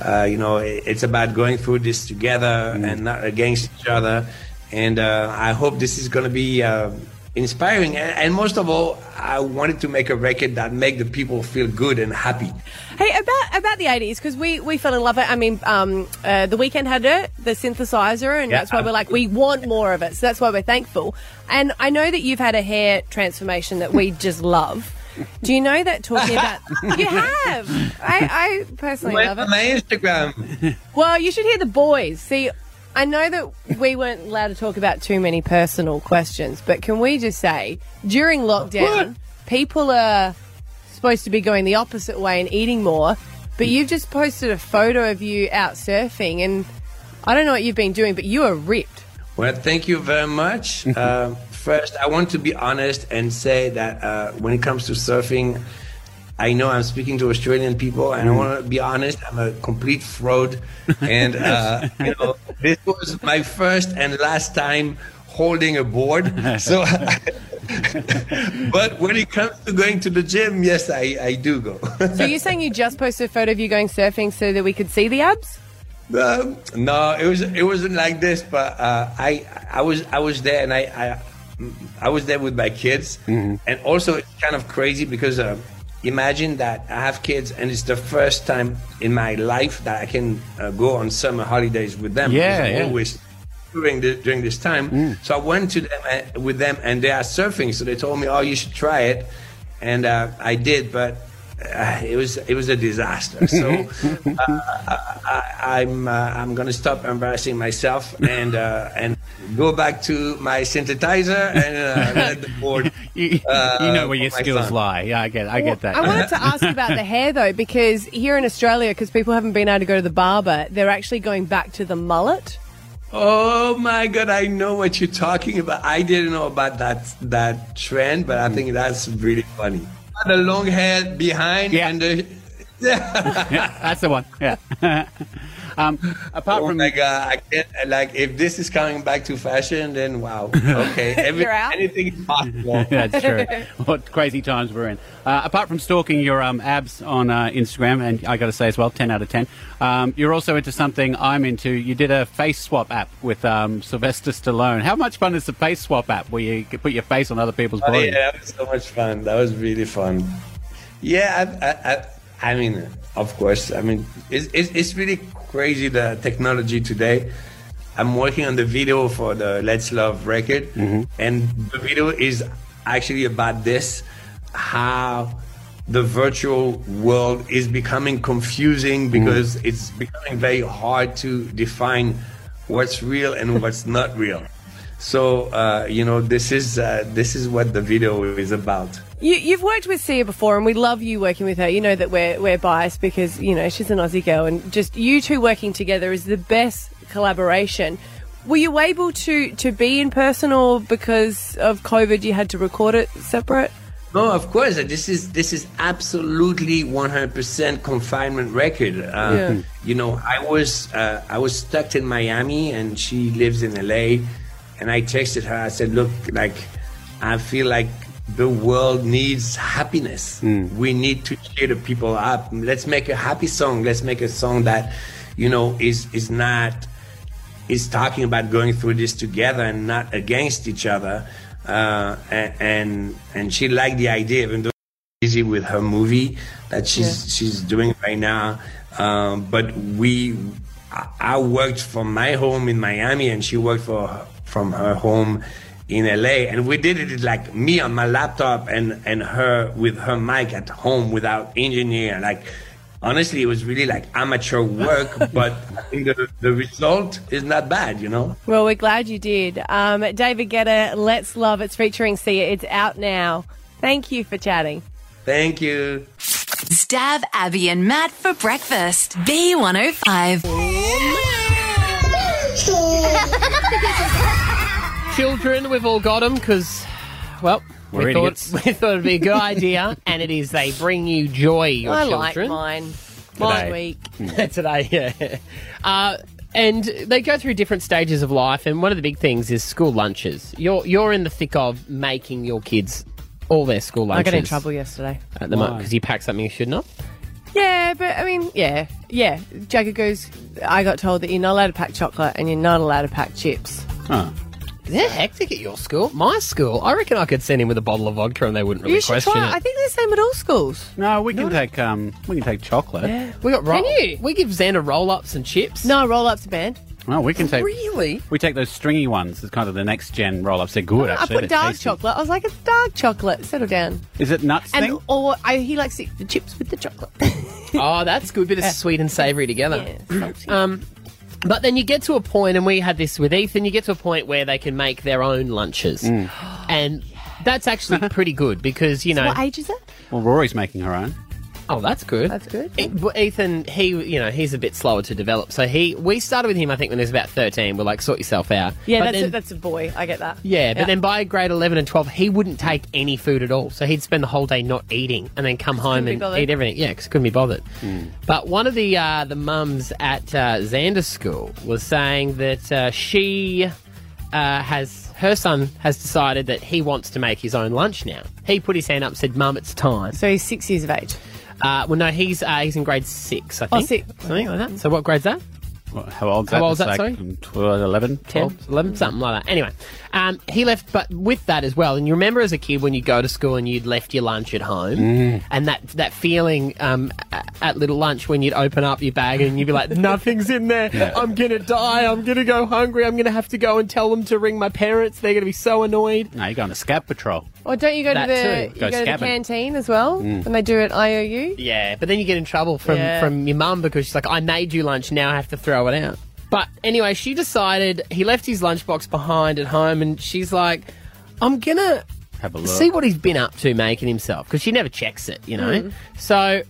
Speaker 2: Uh, you know, it, it's about going through this together and not against each other. And uh, I hope this is going to be uh, inspiring. And, and most of all, I wanted to make a record that make the people feel good and happy.
Speaker 3: Hey, about about the eighties because we we fell in love. I mean, um, uh, the weekend had it, the synthesizer, and
Speaker 2: Yeah,
Speaker 3: that's why we're like we want more of it. So that's why we're thankful. And I know that you've had a hair transformation that we just love. Do you know that talking about you have? I, I personally
Speaker 2: Went
Speaker 3: love
Speaker 2: on
Speaker 3: it.
Speaker 2: my Instagram.
Speaker 3: Well, you should hear the boys. See, I know that we weren't allowed to talk about too many personal questions, but can we just say during lockdown, people are supposed to be going the opposite way and eating more, but you've just posted a photo of you out surfing, and I don't know what you've been doing, but you are ripped.
Speaker 2: Well, thank you very much. uh, first, I want to be honest and say that uh, when it comes to surfing, I know I'm speaking to Australian people, and I
Speaker 17: Mm.
Speaker 2: want to be honest. I'm a complete fraud, and uh, you know this was my first and last time holding a board. So, but when it comes to going to the gym, yes, I, I do go.
Speaker 3: So you're saying you just posted a photo of you going surfing so that we could see the abs?
Speaker 2: Um, no, it was it wasn't like this, but uh, I I was I was there and I I, I was there with my kids,
Speaker 4: Mm-hmm.
Speaker 2: and also it's kind of crazy because uh, imagine that I have kids and it's the first time in my life that I can uh, go on summer holidays with them.
Speaker 4: Yeah,
Speaker 2: because I'm
Speaker 4: yeah.
Speaker 2: Always during the, during this time, so I went to them uh, with them and they are surfing, so they told me, oh, you should try it, and uh, I did, but. Uh, it was it was a disaster. So uh, I, I'm uh, I'm gonna stop embarrassing myself and uh, and go back to my synthesizer and uh, let the board.
Speaker 4: you, you know where your skills
Speaker 2: lie.
Speaker 4: lie. Yeah, I get, I get that.
Speaker 3: I wanted to ask you about the hair though, because here in Australia, because people haven't been able to go to the barber, they're actually going back to the mullet.
Speaker 2: Oh my god! I know what you're talking about. I didn't know about that that trend, but I think that's really funny. The long hair behind and the
Speaker 4: yeah, that's the one. Yeah. um, apart
Speaker 2: oh
Speaker 4: from
Speaker 2: my god! I can't, like if this is coming back to fashion, then wow. Okay, Every,
Speaker 3: You're out?
Speaker 2: anything is possible.
Speaker 4: That's true. What crazy times we're in. Uh, apart from stalking your um, abs on uh, Instagram, and I got to say as well, 10 out of 10, um, you're also into something I'm into. You did a face swap app with um, Sylvester Stallone. How much fun is the face swap app where you can put your face on other people's
Speaker 2: Oh,
Speaker 4: body?
Speaker 2: yeah, that was so much fun. That was really fun. Yeah, I, I, I, I mean, of course. I mean, it's, it's, it's really crazy the technology today. I'm working on the video for the Let's Love record, and the video is actually about this how the virtual world is becoming confusing
Speaker 3: Mm-hmm.
Speaker 2: because it's becoming very hard to define what's real and what's not real. So uh, you know this is uh, this is what the video is about.
Speaker 3: You, you've worked with Sia before, and we love you working with her. You know that we're we're biased because you know she's an Aussie girl, and just you two working together is the best collaboration. Were you able to to be in person, or because of COVID, you had to record it separate?
Speaker 2: No, of course. uh, This is this is absolutely 100% confinement record. Uh,
Speaker 3: Yeah.
Speaker 2: You know, I was uh, I was stuck in Miami, and she lives in LA. And I texted her. I said, "Look, like, I feel like
Speaker 12: the world needs happiness. We need to cheer the people up. Let's make a happy song. Let's make a song that, you know, is is not is talking about going through this together and not against each other. Uh, and, and and she liked the idea, even though she's busy with her movie that she's she's doing right now. Um, but we, I, I worked from my home in Miami, and she worked for from her home in LA, and we did it like me on my laptop and and her with her mic at home without engineer. Like honestly, it was really like amateur work, but I think the, the result is not bad, you know.
Speaker 3: Well, we're glad you did. Um, David Guetta, Let's Love. It's featuring Sia. It's out now. Thank you for chatting.
Speaker 12: Thank you.
Speaker 1: Stab Abby and Matt for breakfast. B105.
Speaker 2: Children, we've all got them because, well, we
Speaker 3: We're
Speaker 2: thought,
Speaker 3: idiots.
Speaker 2: we thought it'd be a good idea, and it is. They bring you joy, your
Speaker 3: I like
Speaker 2: children.
Speaker 3: mine. Mine week.
Speaker 2: Today, yeah. Uh, and they go through different stages of life, and one of the big things is school lunches. You're you're in the thick of making your kids all their school
Speaker 3: I
Speaker 2: lunches.
Speaker 3: got in trouble yesterday.
Speaker 2: at the moment because you packed something you should not.
Speaker 3: Yeah, but I mean, yeah, yeah. Jagger goes. I got told that you're not allowed to pack chocolate and you're not allowed to pack chips.
Speaker 2: Huh. Is it hectic at your school? My school, I reckon I could send him with a bottle of vodka and they wouldn't really
Speaker 3: you should
Speaker 2: question
Speaker 3: try.
Speaker 2: it.
Speaker 3: I think they're the same at all schools.
Speaker 4: No, we can take um, we can take chocolate.
Speaker 2: Yeah. We got roll- We give Xander roll ups and chips.
Speaker 3: No, roll ups are banned.
Speaker 4: No, Oh, we can take.
Speaker 2: Really?
Speaker 4: We take those stringy ones. It's kind of the next gen roll ups. They're good,
Speaker 3: I
Speaker 4: actually.
Speaker 3: put
Speaker 4: They're
Speaker 3: dark
Speaker 4: tasty.
Speaker 3: chocolate. I was like, it's dark chocolate. Settle down.
Speaker 4: Is it nuts
Speaker 3: And
Speaker 4: thing?
Speaker 3: or I, he likes to eat the chips with the chocolate.
Speaker 2: oh, that's good. Bit of sweet and savoury together. um, but then you get to a point, and we had this with Ethan. You get to a point where they can make their own lunches, and that's actually pretty good because you know
Speaker 3: what age is it?
Speaker 4: Well, Rory's making her own.
Speaker 2: Oh, that's good. That's
Speaker 3: good.
Speaker 2: Ethan, he, you know, he's a bit slower to develop. So he, we started with him, I think, when he was about thirteen. We're like, sort yourself out.
Speaker 3: Yeah,
Speaker 2: But
Speaker 3: that's a,
Speaker 2: then-
Speaker 3: that's a boy. I get that.
Speaker 2: Yeah, but then by grade 11 and 12, he wouldn't take any food at all. So he'd spend the whole day not eating and then come home
Speaker 3: couldn't be
Speaker 2: and
Speaker 3: bothered.
Speaker 2: eat everything. Yeah, because couldn't be bothered. But one of the uh, the mums at uh, Xander School was saying that uh, she uh, has her son has decided that he wants to make his own lunch now. He put his hand up, and said, "Mum, it's time."
Speaker 3: So he's six years of age.
Speaker 2: Uh, well, no, he's uh, he's in grade six, I
Speaker 3: Oh,
Speaker 2: think.
Speaker 3: six.
Speaker 2: Something like that. So what grade's that?
Speaker 4: What, how old's
Speaker 2: How
Speaker 4: that?
Speaker 2: old's
Speaker 4: It's
Speaker 2: that, sorry?
Speaker 4: um, 12, 11,
Speaker 2: 10,
Speaker 4: 12?
Speaker 2: 11, something like that. Anyway, um, he left, but with that as well. And you remember as a kid when you go to school and you'd left your lunch at home,
Speaker 4: Mm.
Speaker 2: and that that feeling um, a- at little lunch when you'd open up your bag and you'd be like, nothing's in there.
Speaker 4: Yeah.
Speaker 2: I'm gonna die. I'm gonna go hungry. I'm gonna have to go and tell them to ring my parents. They're gonna be so annoyed.
Speaker 4: No, you go on a scab patrol.
Speaker 3: Or don't you go
Speaker 2: That
Speaker 3: to the
Speaker 2: too.
Speaker 3: you
Speaker 2: Go
Speaker 3: go, to the
Speaker 2: scabbing.
Speaker 3: canteen as well,
Speaker 2: Mm.
Speaker 3: and they do it IOU.
Speaker 2: Yeah, but then you get in trouble from,
Speaker 3: Yeah.
Speaker 2: from your mum because she's like, I made you lunch, now I have to throw it out. But anyway, she decided he left his lunchbox behind at home and she's like, I'm gonna
Speaker 4: Have a look.
Speaker 2: see what he's been up to making himself because she never checks it, you know?
Speaker 3: Hmm.
Speaker 4: Mm.
Speaker 2: So,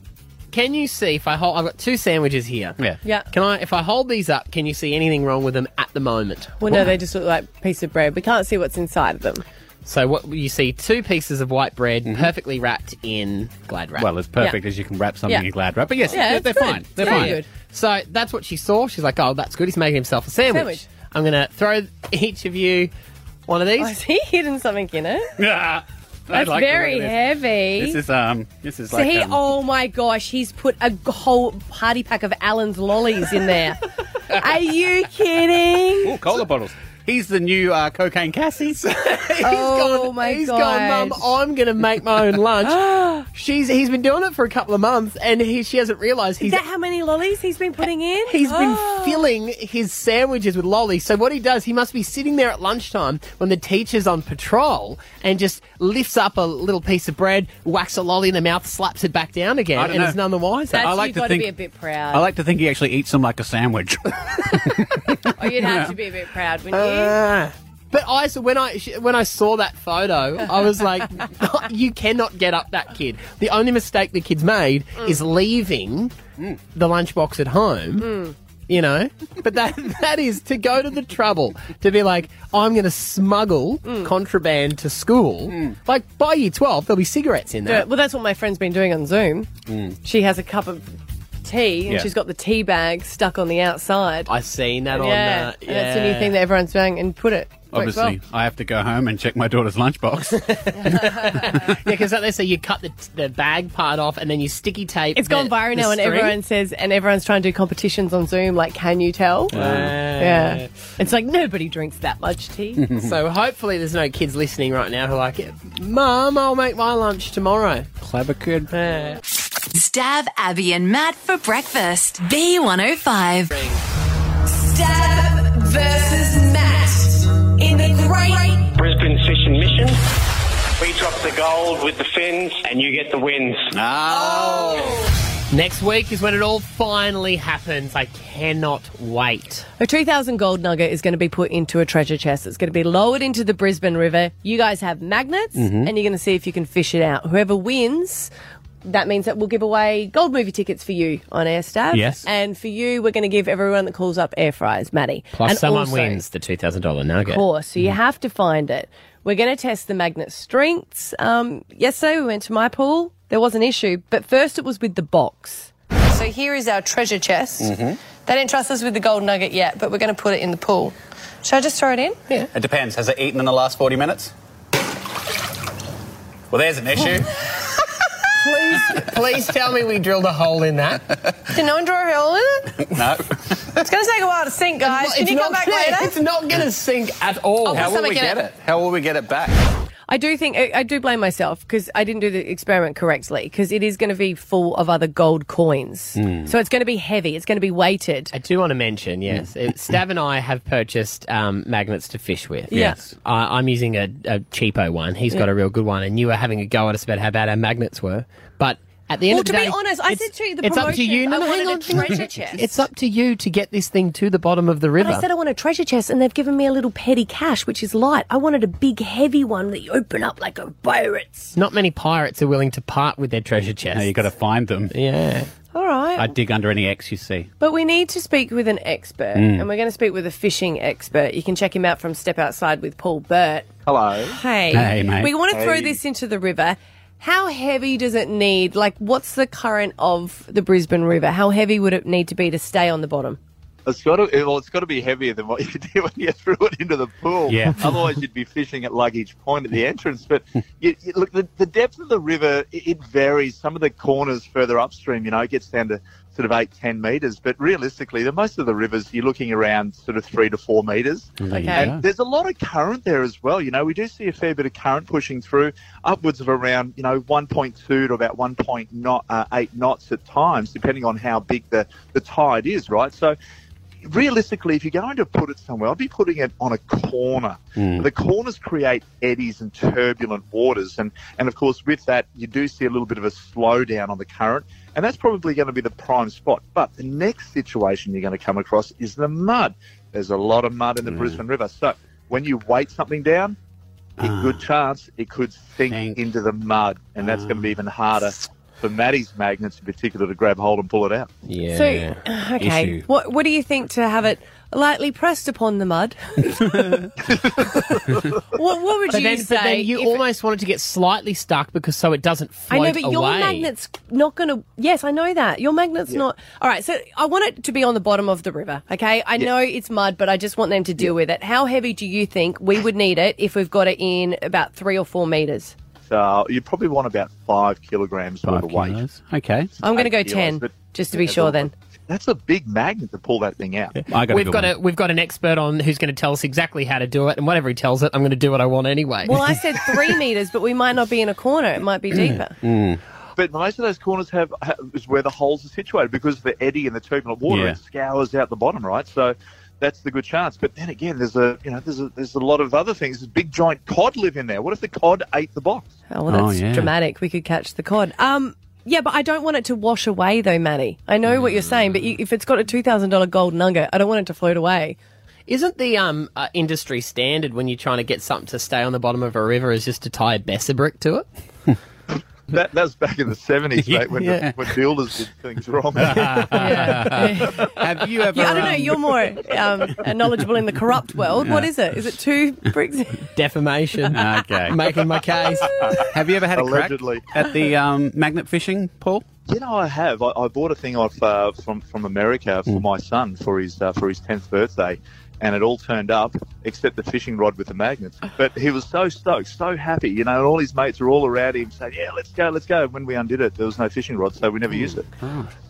Speaker 2: can you see if I hold, I've got two sandwiches here. Yeah.
Speaker 3: Yeah.
Speaker 2: Can I, if I hold these up, can you see anything wrong with them at the moment?
Speaker 3: Well, no, they just look like a piece of bread. We can't see what's inside of them.
Speaker 2: So what you see two pieces of white bread
Speaker 3: Mm-hmm.
Speaker 2: perfectly wrapped in glad wrap.
Speaker 4: Well, as perfect as you can wrap something
Speaker 2: Yeah.
Speaker 4: in glad wrap. But yes,
Speaker 2: Yeah,
Speaker 4: they're,
Speaker 2: it's
Speaker 4: they're
Speaker 2: good.
Speaker 4: fine. They're
Speaker 2: Very
Speaker 4: fine.
Speaker 2: good. So that's what she saw. She's like, "Oh, that's good. He's making himself a sandwich."
Speaker 3: Sandwich.
Speaker 2: I'm going to throw each of you one of
Speaker 3: Oh,
Speaker 2: these.
Speaker 3: is he hidden something in it?
Speaker 4: Yeah.
Speaker 3: That's very heavy.
Speaker 4: This is um. This is
Speaker 3: so
Speaker 4: like
Speaker 3: he,
Speaker 4: um,
Speaker 3: oh my gosh, he's put a g- whole party pack of Allen's lollies in there. Are you kidding?
Speaker 4: Ooh, cola bottles. He's the new uh, cocaine Cassie's.
Speaker 3: oh my
Speaker 2: He's
Speaker 3: gosh.
Speaker 2: gone, Mum.
Speaker 3: Oh,
Speaker 2: I'm going to make my own lunch. She's he's been doing it for a couple of months, and he she hasn't realised
Speaker 3: Is
Speaker 2: he's
Speaker 3: that how many lollies he's been putting in?
Speaker 2: He's been
Speaker 3: Oh.
Speaker 2: filling his sandwiches with lollies. So what he does, he must be sitting there at lunchtime when the teacher's on patrol and just lifts up a little piece of bread, whacks a lolly in the mouth, slaps it back down again,
Speaker 4: I don't
Speaker 2: and
Speaker 4: know.
Speaker 2: is none the wiser.
Speaker 4: That's- I like
Speaker 3: You've
Speaker 4: to
Speaker 3: got
Speaker 4: think-
Speaker 3: to be a bit proud.
Speaker 4: I like to think he actually eats them like a sandwich.
Speaker 3: oh, you'd have to Uh, be a bit proud, wouldn't you?
Speaker 2: Ah. but I so when I sh- when I saw that photo, I was like, "You cannot get up that kid." The only mistake the kid's made
Speaker 3: Mm.
Speaker 2: is leaving the lunchbox at home.
Speaker 3: Mm.
Speaker 2: you know but that that is to go to the trouble to be like i'm going to smuggle
Speaker 3: Mm.
Speaker 2: contraband to school like by year 12 there'll be cigarettes in
Speaker 3: Yeah,
Speaker 2: there
Speaker 3: well, that's what my friend's been doing on Zoom. She has a cup of tea and
Speaker 2: Yeah.
Speaker 3: she's got the tea bag stuck on the outside.
Speaker 2: i've seen that on
Speaker 3: yeah,
Speaker 2: uh,
Speaker 3: and that's a new thing that everyone's doing and put it
Speaker 4: Obviously, I have to go home and check my daughter's lunchbox.
Speaker 2: Yeah, because like they say, you cut the, the bag part off and then you sticky tape.
Speaker 3: It's gone viral now, and everyone says, and everyone's trying to do competitions on Zoom. Like, can you tell?
Speaker 2: Wow.
Speaker 3: Yeah, it's like nobody drinks that much tea.
Speaker 2: so hopefully, there's no kids listening right now who are like, "Mum, I'll make my lunch tomorrow."
Speaker 4: Clever kid.
Speaker 1: Stab Abby and Matt for breakfast. B105.
Speaker 18: Stab versus Matt in the great.
Speaker 19: Brisbane Fish and Mission. We drop the gold with the fins, and you get the wins.
Speaker 4: Ah.
Speaker 2: Next week is when it all finally happens. I cannot wait.
Speaker 3: A 3,000 gold nugget is going to be put into a treasure chest. It's going to be lowered into the Brisbane River. You guys have magnets,
Speaker 2: Mhm.
Speaker 3: and you're going to see if you can fish it out. Whoever wins, that means that we'll give away gold movie tickets for you on Air Stab.
Speaker 2: Yes.
Speaker 3: And for you, we're going to give everyone that calls up air fries, Maddie.
Speaker 2: Plus,
Speaker 3: and
Speaker 2: someone
Speaker 3: also-
Speaker 2: wins the two thousand dollar
Speaker 3: Of
Speaker 2: nugget.
Speaker 3: course. So you have to find it. We're going to test the magnet strengths. Um, yesterday we went to my pool. There was an issue, but first it was with the box. So here is our treasure chest. They didn't trust us with the gold nugget yet, but we're going to put it in the pool. Should I just throw it in? Yeah.
Speaker 20: It depends. Has it eaten in the last 40 minutes? Well, there's an issue.
Speaker 2: please, please tell me we drilled a hole in that.
Speaker 3: Did no one draw a hole in it?
Speaker 20: no.
Speaker 3: It's going to take a while to sink, guys.
Speaker 2: It's
Speaker 3: Can you
Speaker 2: not
Speaker 3: come back
Speaker 2: gonna-
Speaker 3: later?
Speaker 2: it's not going to sink at all.
Speaker 3: I'll put
Speaker 20: How will
Speaker 3: something
Speaker 20: we
Speaker 3: in
Speaker 20: get
Speaker 3: it.
Speaker 20: it? How will we get it back?
Speaker 3: I do think I, I do blame myself because I didn't do the experiment correctly because it is going to be full of other gold coins. So it's going to be heavy. It's going to be weighted.
Speaker 2: I do want to mention, yes, it, Stav and I have purchased um, magnets to fish with.
Speaker 3: Yeah. Yes.
Speaker 2: I I'm using a, a cheapo one. He's got
Speaker 3: Yeah.
Speaker 2: a real good one, and you were having a go at us about how bad our magnets were. But at the end
Speaker 3: well,
Speaker 2: of the
Speaker 3: to
Speaker 2: day,
Speaker 3: be honest, I
Speaker 2: it's-
Speaker 3: said to you the
Speaker 2: it's up to
Speaker 3: promotion,
Speaker 2: you. No,
Speaker 3: I
Speaker 2: no,
Speaker 3: wanted
Speaker 2: hang
Speaker 3: a
Speaker 2: on.
Speaker 3: treasure chest.
Speaker 2: It's up to you to get this thing to the bottom of the river.
Speaker 3: But I said I want a treasure chest, and they've given me a little petty cash, which is light. I wanted a big, heavy one that you open up like a pirate.
Speaker 2: Not many pirates are willing to part with their treasure chests. No, you
Speaker 4: got to find them.
Speaker 2: Yeah.
Speaker 3: All right.
Speaker 4: I dig under any X you see.
Speaker 3: But we need to speak with an expert,
Speaker 4: Mm.
Speaker 3: and we're going to speak with a fishing expert. You can check him out from Step Outside with Paul Burt.
Speaker 21: Hello.
Speaker 3: Hey, we want to throw this into the river. How heavy does it need? Like, what's the current of the Brisbane River? How heavy would it need to be to stay on the bottom?
Speaker 21: It's got to. Well, it's got to be heavier than what you did when you threw it into the pool.
Speaker 4: Yeah.
Speaker 21: Otherwise, you'd be fishing at luggage point at the entrance. But you, you, look, the, the depth of the river it, it varies. Some of the corners further upstream, you know, it gets down to sort of eight, ten meters. But realistically, the most of the rivers you're looking around sort of three to four meters.
Speaker 4: Okay.
Speaker 21: And there's a lot of current there as well. You know, we do see a fair bit of current pushing through, upwards of around you know 1.2 to about 1.8 uh, knots at times, depending on how big the the tide is. Right, so realistically, if you're going to put it somewhere, I'd be putting it on a corner. The corners create eddies and turbulent waters, and and of course with that you do see a little bit of a slowdown on the current, and that's probably going to be the prime spot. But the next situation you're going to come across is the mud. There's a lot of mud in the Brisbane River, so when you weight something down, a good chance it could Ah. sink Ah. into the mud, and that's going to be even harder for Maddie's magnets in particular to grab hold and pull it out.
Speaker 2: Yeah.
Speaker 3: So, uh, okay, what what do you think to have it lightly pressed upon the mud? what, what would
Speaker 2: but
Speaker 3: you
Speaker 2: then,
Speaker 3: say?
Speaker 2: But then you almost wanted to get slightly stuck because so it doesn't
Speaker 3: I
Speaker 2: float
Speaker 3: know, but your
Speaker 2: away.
Speaker 3: magnet's not going to. Yes, I know that. Your magnet's not. All right, so I want it to be on the bottom of the river, okay? I know it's mud, but I just want them to deal with it. How heavy do you think we would need it if we've got it in about three or four metres?
Speaker 21: So you probably want about five kilograms overweight.
Speaker 4: Okay.
Speaker 3: I'm going to go
Speaker 21: Eight kilos,
Speaker 3: 10,
Speaker 21: but-
Speaker 3: just to be sure then.
Speaker 21: That's a big magnet to pull that thing out.
Speaker 4: I
Speaker 2: we've got a we've got an expert on who's going to tell us exactly how to do it, and whatever he tells it, I'm going to do what I want anyway.
Speaker 3: Well, I said three metres, but we might not be in a corner. It might be deeper.
Speaker 21: But most of those corners have, have is where the holes are situated because of the eddy and the turbulent water
Speaker 4: Yeah.
Speaker 21: it scours out the bottom, right? So that's the good chance. But then again, there's a you know there's a, there's a lot of other things. There's a big giant cod live in there. What if the cod ate the box?
Speaker 3: Oh, well, that's
Speaker 21: Oh, yeah.
Speaker 3: dramatic. We could catch the cod. Um, yeah, but I don't want it to wash away, though, Maddie. I know what you're saying, but you, if it's got a $2,000 gold nugget, I don't want it to float away.
Speaker 2: Isn't the um, uh, industry standard when you're trying to get something to stay on the bottom of a river is just to tie a Besser brick to it?
Speaker 21: That, that was back in the seventies, mate, when,
Speaker 2: Yeah.
Speaker 21: the, when builders did things wrong.
Speaker 4: Have you ever?
Speaker 3: Yeah, I don't know. You're more um, knowledgeable in the corrupt world. What is it? Is it two bricks?
Speaker 2: Defamation.
Speaker 4: Ah, okay.
Speaker 2: Making my case.
Speaker 4: Have you ever had a
Speaker 21: Allegedly.
Speaker 4: crack at the um, magnet fishing, Paul?
Speaker 21: You know, I have. I, I bought a thing off uh, from from America for my son for his uh, for his tenth birthday, and it all turned up except the fishing rod with the magnets. But he was so stoked, so happy, you know, and all his mates were all around him saying, "Yeah, let's go, let's go." And when we undid it, there was no fishing rod, so we never used it.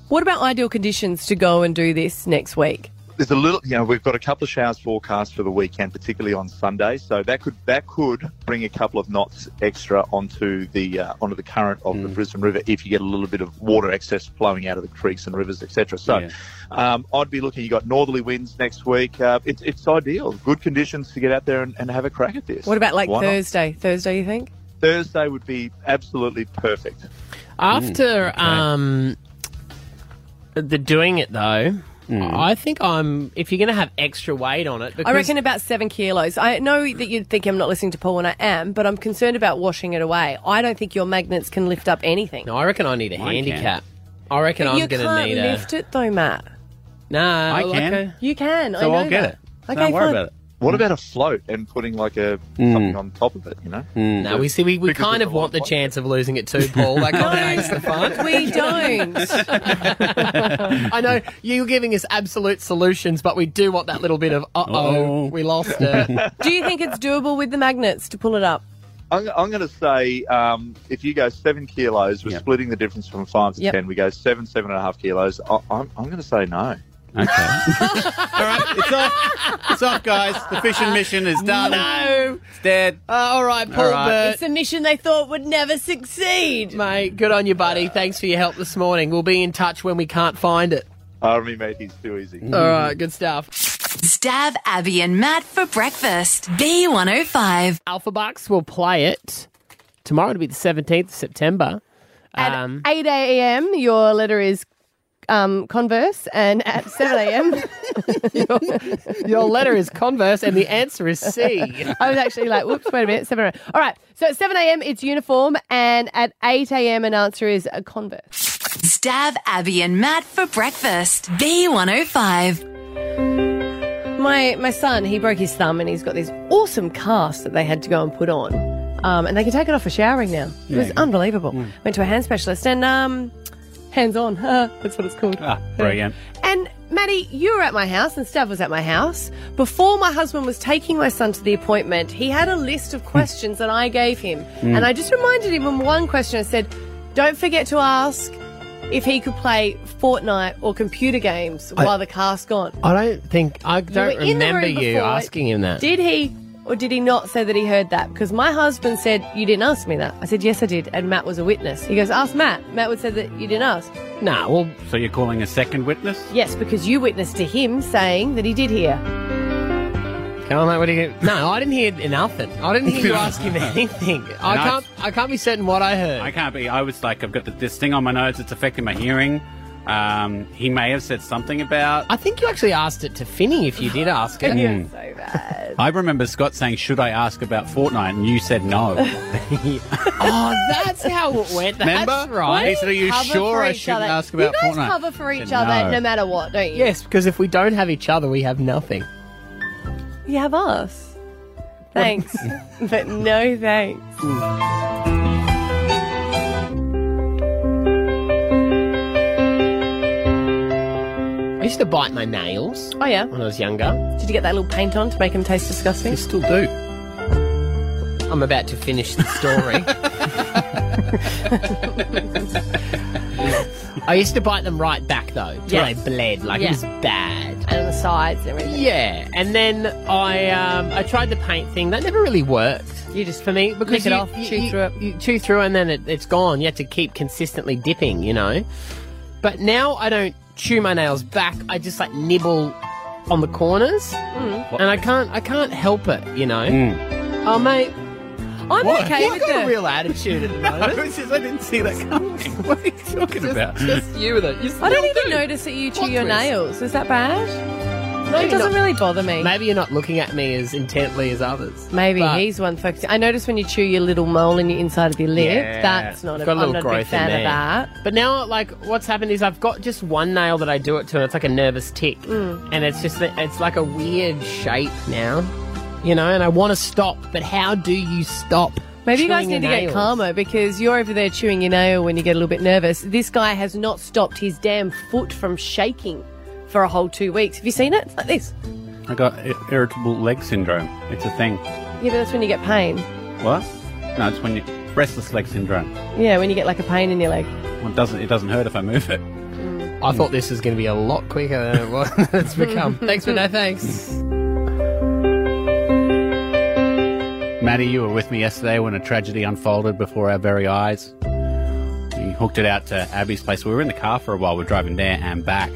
Speaker 3: What about ideal conditions to go and do this next week?
Speaker 21: There's a little, you know, we've got a couple of showers forecast for the weekend, particularly on Sunday. So that could that could bring a couple of knots extra onto the uh, onto the current of the Brisbane River if you get a little bit of water excess flowing out of the creeks and rivers, etc. So
Speaker 22: Yeah.
Speaker 21: um, I'd be looking. You got northerly winds next week. Uh, it's it's ideal, good conditions to get out there and, and have a crack at this.
Speaker 3: What about like
Speaker 21: Why not?
Speaker 3: Thursday? Thursday, you think?
Speaker 21: Thursday would be absolutely perfect.
Speaker 2: After um, the doing it though, I think I'm. If you're going to have extra weight on it, because
Speaker 3: I reckon about seven kilos. I know that you'd think I'm not listening to Paul, and I am, but I'm concerned about washing it away. I don't think your magnets can lift up anything.
Speaker 2: No, I reckon I need a
Speaker 3: Mine can.
Speaker 2: handicap. I reckon
Speaker 3: But
Speaker 2: I'm
Speaker 3: you
Speaker 2: going to
Speaker 3: can't
Speaker 2: need
Speaker 3: lift it though, Matt.
Speaker 2: a. No, I
Speaker 21: I can.
Speaker 2: can.
Speaker 3: You can. I know that. Okay, fine.
Speaker 21: What about a float and putting like a something on top of it? You know.
Speaker 2: No, we see. We, we
Speaker 21: Because
Speaker 2: kind
Speaker 21: there's
Speaker 2: of
Speaker 21: a lot
Speaker 2: want the chance of losing it too, Paul. That kind of makes the fun.
Speaker 3: We don't.
Speaker 2: I know you're giving us absolute solutions, but we do want that little bit of uh oh, we lost it.
Speaker 3: Do you think it's doable with the magnets to pull it up?
Speaker 21: I'm, I'm going to say um, if you go seven kilos, we're splitting the difference from five to
Speaker 3: Yep.
Speaker 21: ten. We go seven, seven and a half kilos. I, I'm, I'm going to say no. Okay.
Speaker 4: It's off. It's off, guys. The fishing mission is done.
Speaker 2: No.
Speaker 4: It's dead.
Speaker 2: Uh, all right, Paul Burt.
Speaker 3: It's a mission they thought would never succeed.
Speaker 2: Mate, good on you, buddy. Thanks for your help this morning. We'll be in touch when we can't find it.
Speaker 21: Army mate, he's too easy.
Speaker 2: All right, good stuff.
Speaker 1: Stab Abby and Matt for breakfast. B105.
Speaker 2: Alpha Bucks will play it tomorrow to be the 17th of September. Um,
Speaker 3: 8 a.m. Your letter is um, Converse, and at 7 a.m.
Speaker 2: your letter is Converse, and the answer is C.
Speaker 3: I was actually like, whoops, wait a minute, 7 a.m. All right, so at 7 a.m. it's uniform, and at 8 a.m. an answer is a Converse.
Speaker 1: Stab Abby and Matt for breakfast. B105.
Speaker 3: My my son, he broke his thumb, and he's got this awesome cast that they had to go and put on, um, and they can take it off for showering now. It was
Speaker 23: Yeah.
Speaker 3: unbelievable. Went to a hand specialist, and um, hands on. That's what it's called.
Speaker 4: Ah, brilliant.
Speaker 3: And Maddie, you were at my house and Stav was at my house. Before my husband was taking my son to the appointment, he had a list of questions that I gave him.
Speaker 23: Mm.
Speaker 3: And I just reminded him of one question. I said, Don't forget to ask if he could play Fortnite or computer games
Speaker 2: I-
Speaker 3: while the car's gone.
Speaker 2: I don't think, I
Speaker 3: were
Speaker 2: don't
Speaker 3: in the
Speaker 2: remember
Speaker 3: room
Speaker 2: you
Speaker 3: before.
Speaker 2: asking him that.
Speaker 3: Did he or did he not say that he heard that? Because my husband said, You didn't ask me that. I said, Yes, I did. And Matt was a witness. He goes, Ask Matt. Matt would say that you didn't ask.
Speaker 2: Nah, well.
Speaker 4: So you're calling a second witness?
Speaker 3: Yes, because you witnessed to him saying that he did hear.
Speaker 2: Come on, mate, what are you gonna... No, I didn't hear nothing. I didn't hear you ask him anything. I
Speaker 4: No,
Speaker 2: can't, I can't be certain what I heard.
Speaker 4: I can't be. I was like, I've got th- this thing on my nose. It's affecting my hearing. Um, he may have said something about.
Speaker 2: I think you actually asked it to Finney if you did ask it.
Speaker 4: You're Mm.
Speaker 3: so bad.
Speaker 4: I remember Scott saying, "Should I ask about Fortnite?" And you said no.
Speaker 2: Oh, that's how it went. That's
Speaker 4: Remember?
Speaker 2: right.
Speaker 4: He said, "Are you
Speaker 3: Cover
Speaker 4: sure
Speaker 3: for
Speaker 4: I
Speaker 3: each
Speaker 4: shouldn't
Speaker 3: other.
Speaker 4: ask
Speaker 3: You
Speaker 4: about
Speaker 3: guys
Speaker 4: Fortnite?"
Speaker 3: cover for each
Speaker 2: Said
Speaker 3: other
Speaker 2: no.
Speaker 3: no matter what, don't you?
Speaker 2: Yes, because if we don't have each other, we have nothing.
Speaker 3: You have us. Thanks. but no thanks.
Speaker 2: I used to bite my nails
Speaker 3: Oh, yeah.
Speaker 2: when I was younger.
Speaker 3: Did you get that little paint on to make them taste disgusting? You
Speaker 2: still do. I'm about to finish the story. I used to bite them right back though, till
Speaker 3: Yes.
Speaker 2: they bled. Like
Speaker 3: Yeah.
Speaker 2: it was bad.
Speaker 3: And the sides and everything.
Speaker 2: Yeah, and then I um, I tried the paint thing. That never really worked. You just for me because
Speaker 3: Lick it
Speaker 2: you,
Speaker 3: off,
Speaker 2: you-
Speaker 3: chew
Speaker 2: you-
Speaker 3: through it.
Speaker 2: You chew through and then it, it's gone. You had to keep consistently dipping, you know. But now I don't chew my nails back. I just like nibble on the corners,
Speaker 3: Mm.
Speaker 2: and I can't I can't help it, you know. Oh mate,
Speaker 3: I'm
Speaker 2: What?
Speaker 3: okay
Speaker 2: You've
Speaker 3: with
Speaker 2: got a
Speaker 3: the-
Speaker 2: real attitude at the moment.
Speaker 4: I didn't see that coming. What are you talking about?
Speaker 2: Just you with it. You
Speaker 3: I don't
Speaker 2: still
Speaker 3: even
Speaker 2: do.
Speaker 3: notice that you chew
Speaker 2: Plot
Speaker 3: your
Speaker 2: twist.
Speaker 3: nails. Is that bad?
Speaker 2: Maybe
Speaker 3: it doesn't
Speaker 2: not.
Speaker 3: really bother me.
Speaker 2: Maybe you're not looking at me as intently as others.
Speaker 3: Maybe
Speaker 2: But-
Speaker 3: he's one focusing. I notice when you chew your little mole in your inside of your lip.
Speaker 2: Yeah.
Speaker 3: That's not. A,
Speaker 2: Got a
Speaker 3: I'm
Speaker 2: little
Speaker 3: not a big
Speaker 2: growth in
Speaker 3: fan of
Speaker 2: there.
Speaker 3: that.
Speaker 2: But now, like, what's happened is I've got just one nail that I do it to, and it's like a nervous tick,
Speaker 3: Mm.
Speaker 2: and it's just that it's like a weird shape now, you know. And I want to stop, but how do you stop?
Speaker 3: Maybe you guys
Speaker 2: chewing
Speaker 3: need
Speaker 2: your
Speaker 3: to get
Speaker 2: nails?
Speaker 3: calmer because you're over there chewing your nail when you get a little bit nervous. This guy has not stopped his damn foot from shaking for a whole two weeks. Have you seen it? It's like this.
Speaker 4: I got i- irritable leg syndrome. It's a thing.
Speaker 3: Yeah, but that's when you get pain.
Speaker 4: What? No, it's when you restless leg syndrome.
Speaker 3: Yeah, when you get like a pain in your leg.
Speaker 4: Well, it doesn't it doesn't hurt if I move it?
Speaker 2: I thought this was going to be a lot quicker than it was. it's become. Thanks, but no thanks.
Speaker 4: Maddie, you were with me yesterday when a tragedy unfolded before our very eyes. We hooked it out to Abby's place. We were in the car for a while. We We're driving there and back,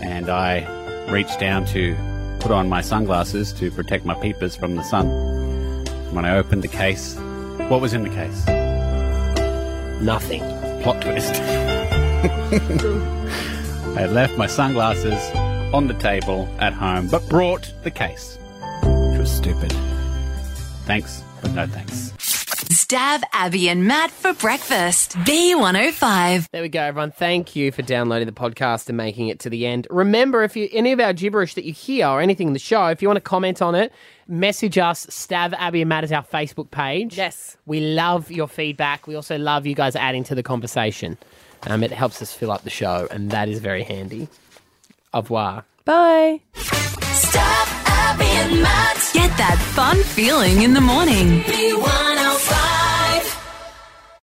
Speaker 4: and I reached down to put on my sunglasses to protect my peepers from the sun. When I opened the case, what was in the case? Nothing. Plot twist. I had left my sunglasses on the table at home, but brought the case, which was stupid. Thanks, but no thanks.
Speaker 1: Stab Abby and Matt for breakfast. B105.
Speaker 2: There we go, everyone. Thank you for downloading the podcast and making it to the end. Remember, if you any of our gibberish that you hear or anything in the show, if you want to comment on it, message us. Stav Abby and Matt is our Facebook page. Yes, we love your feedback. We also love you guys adding to the conversation. Um, it helps us fill up the show, and that is very handy. Au revoir.
Speaker 1: Bye. Stab Abby and Matt. Get that fun feeling in the morning. B105.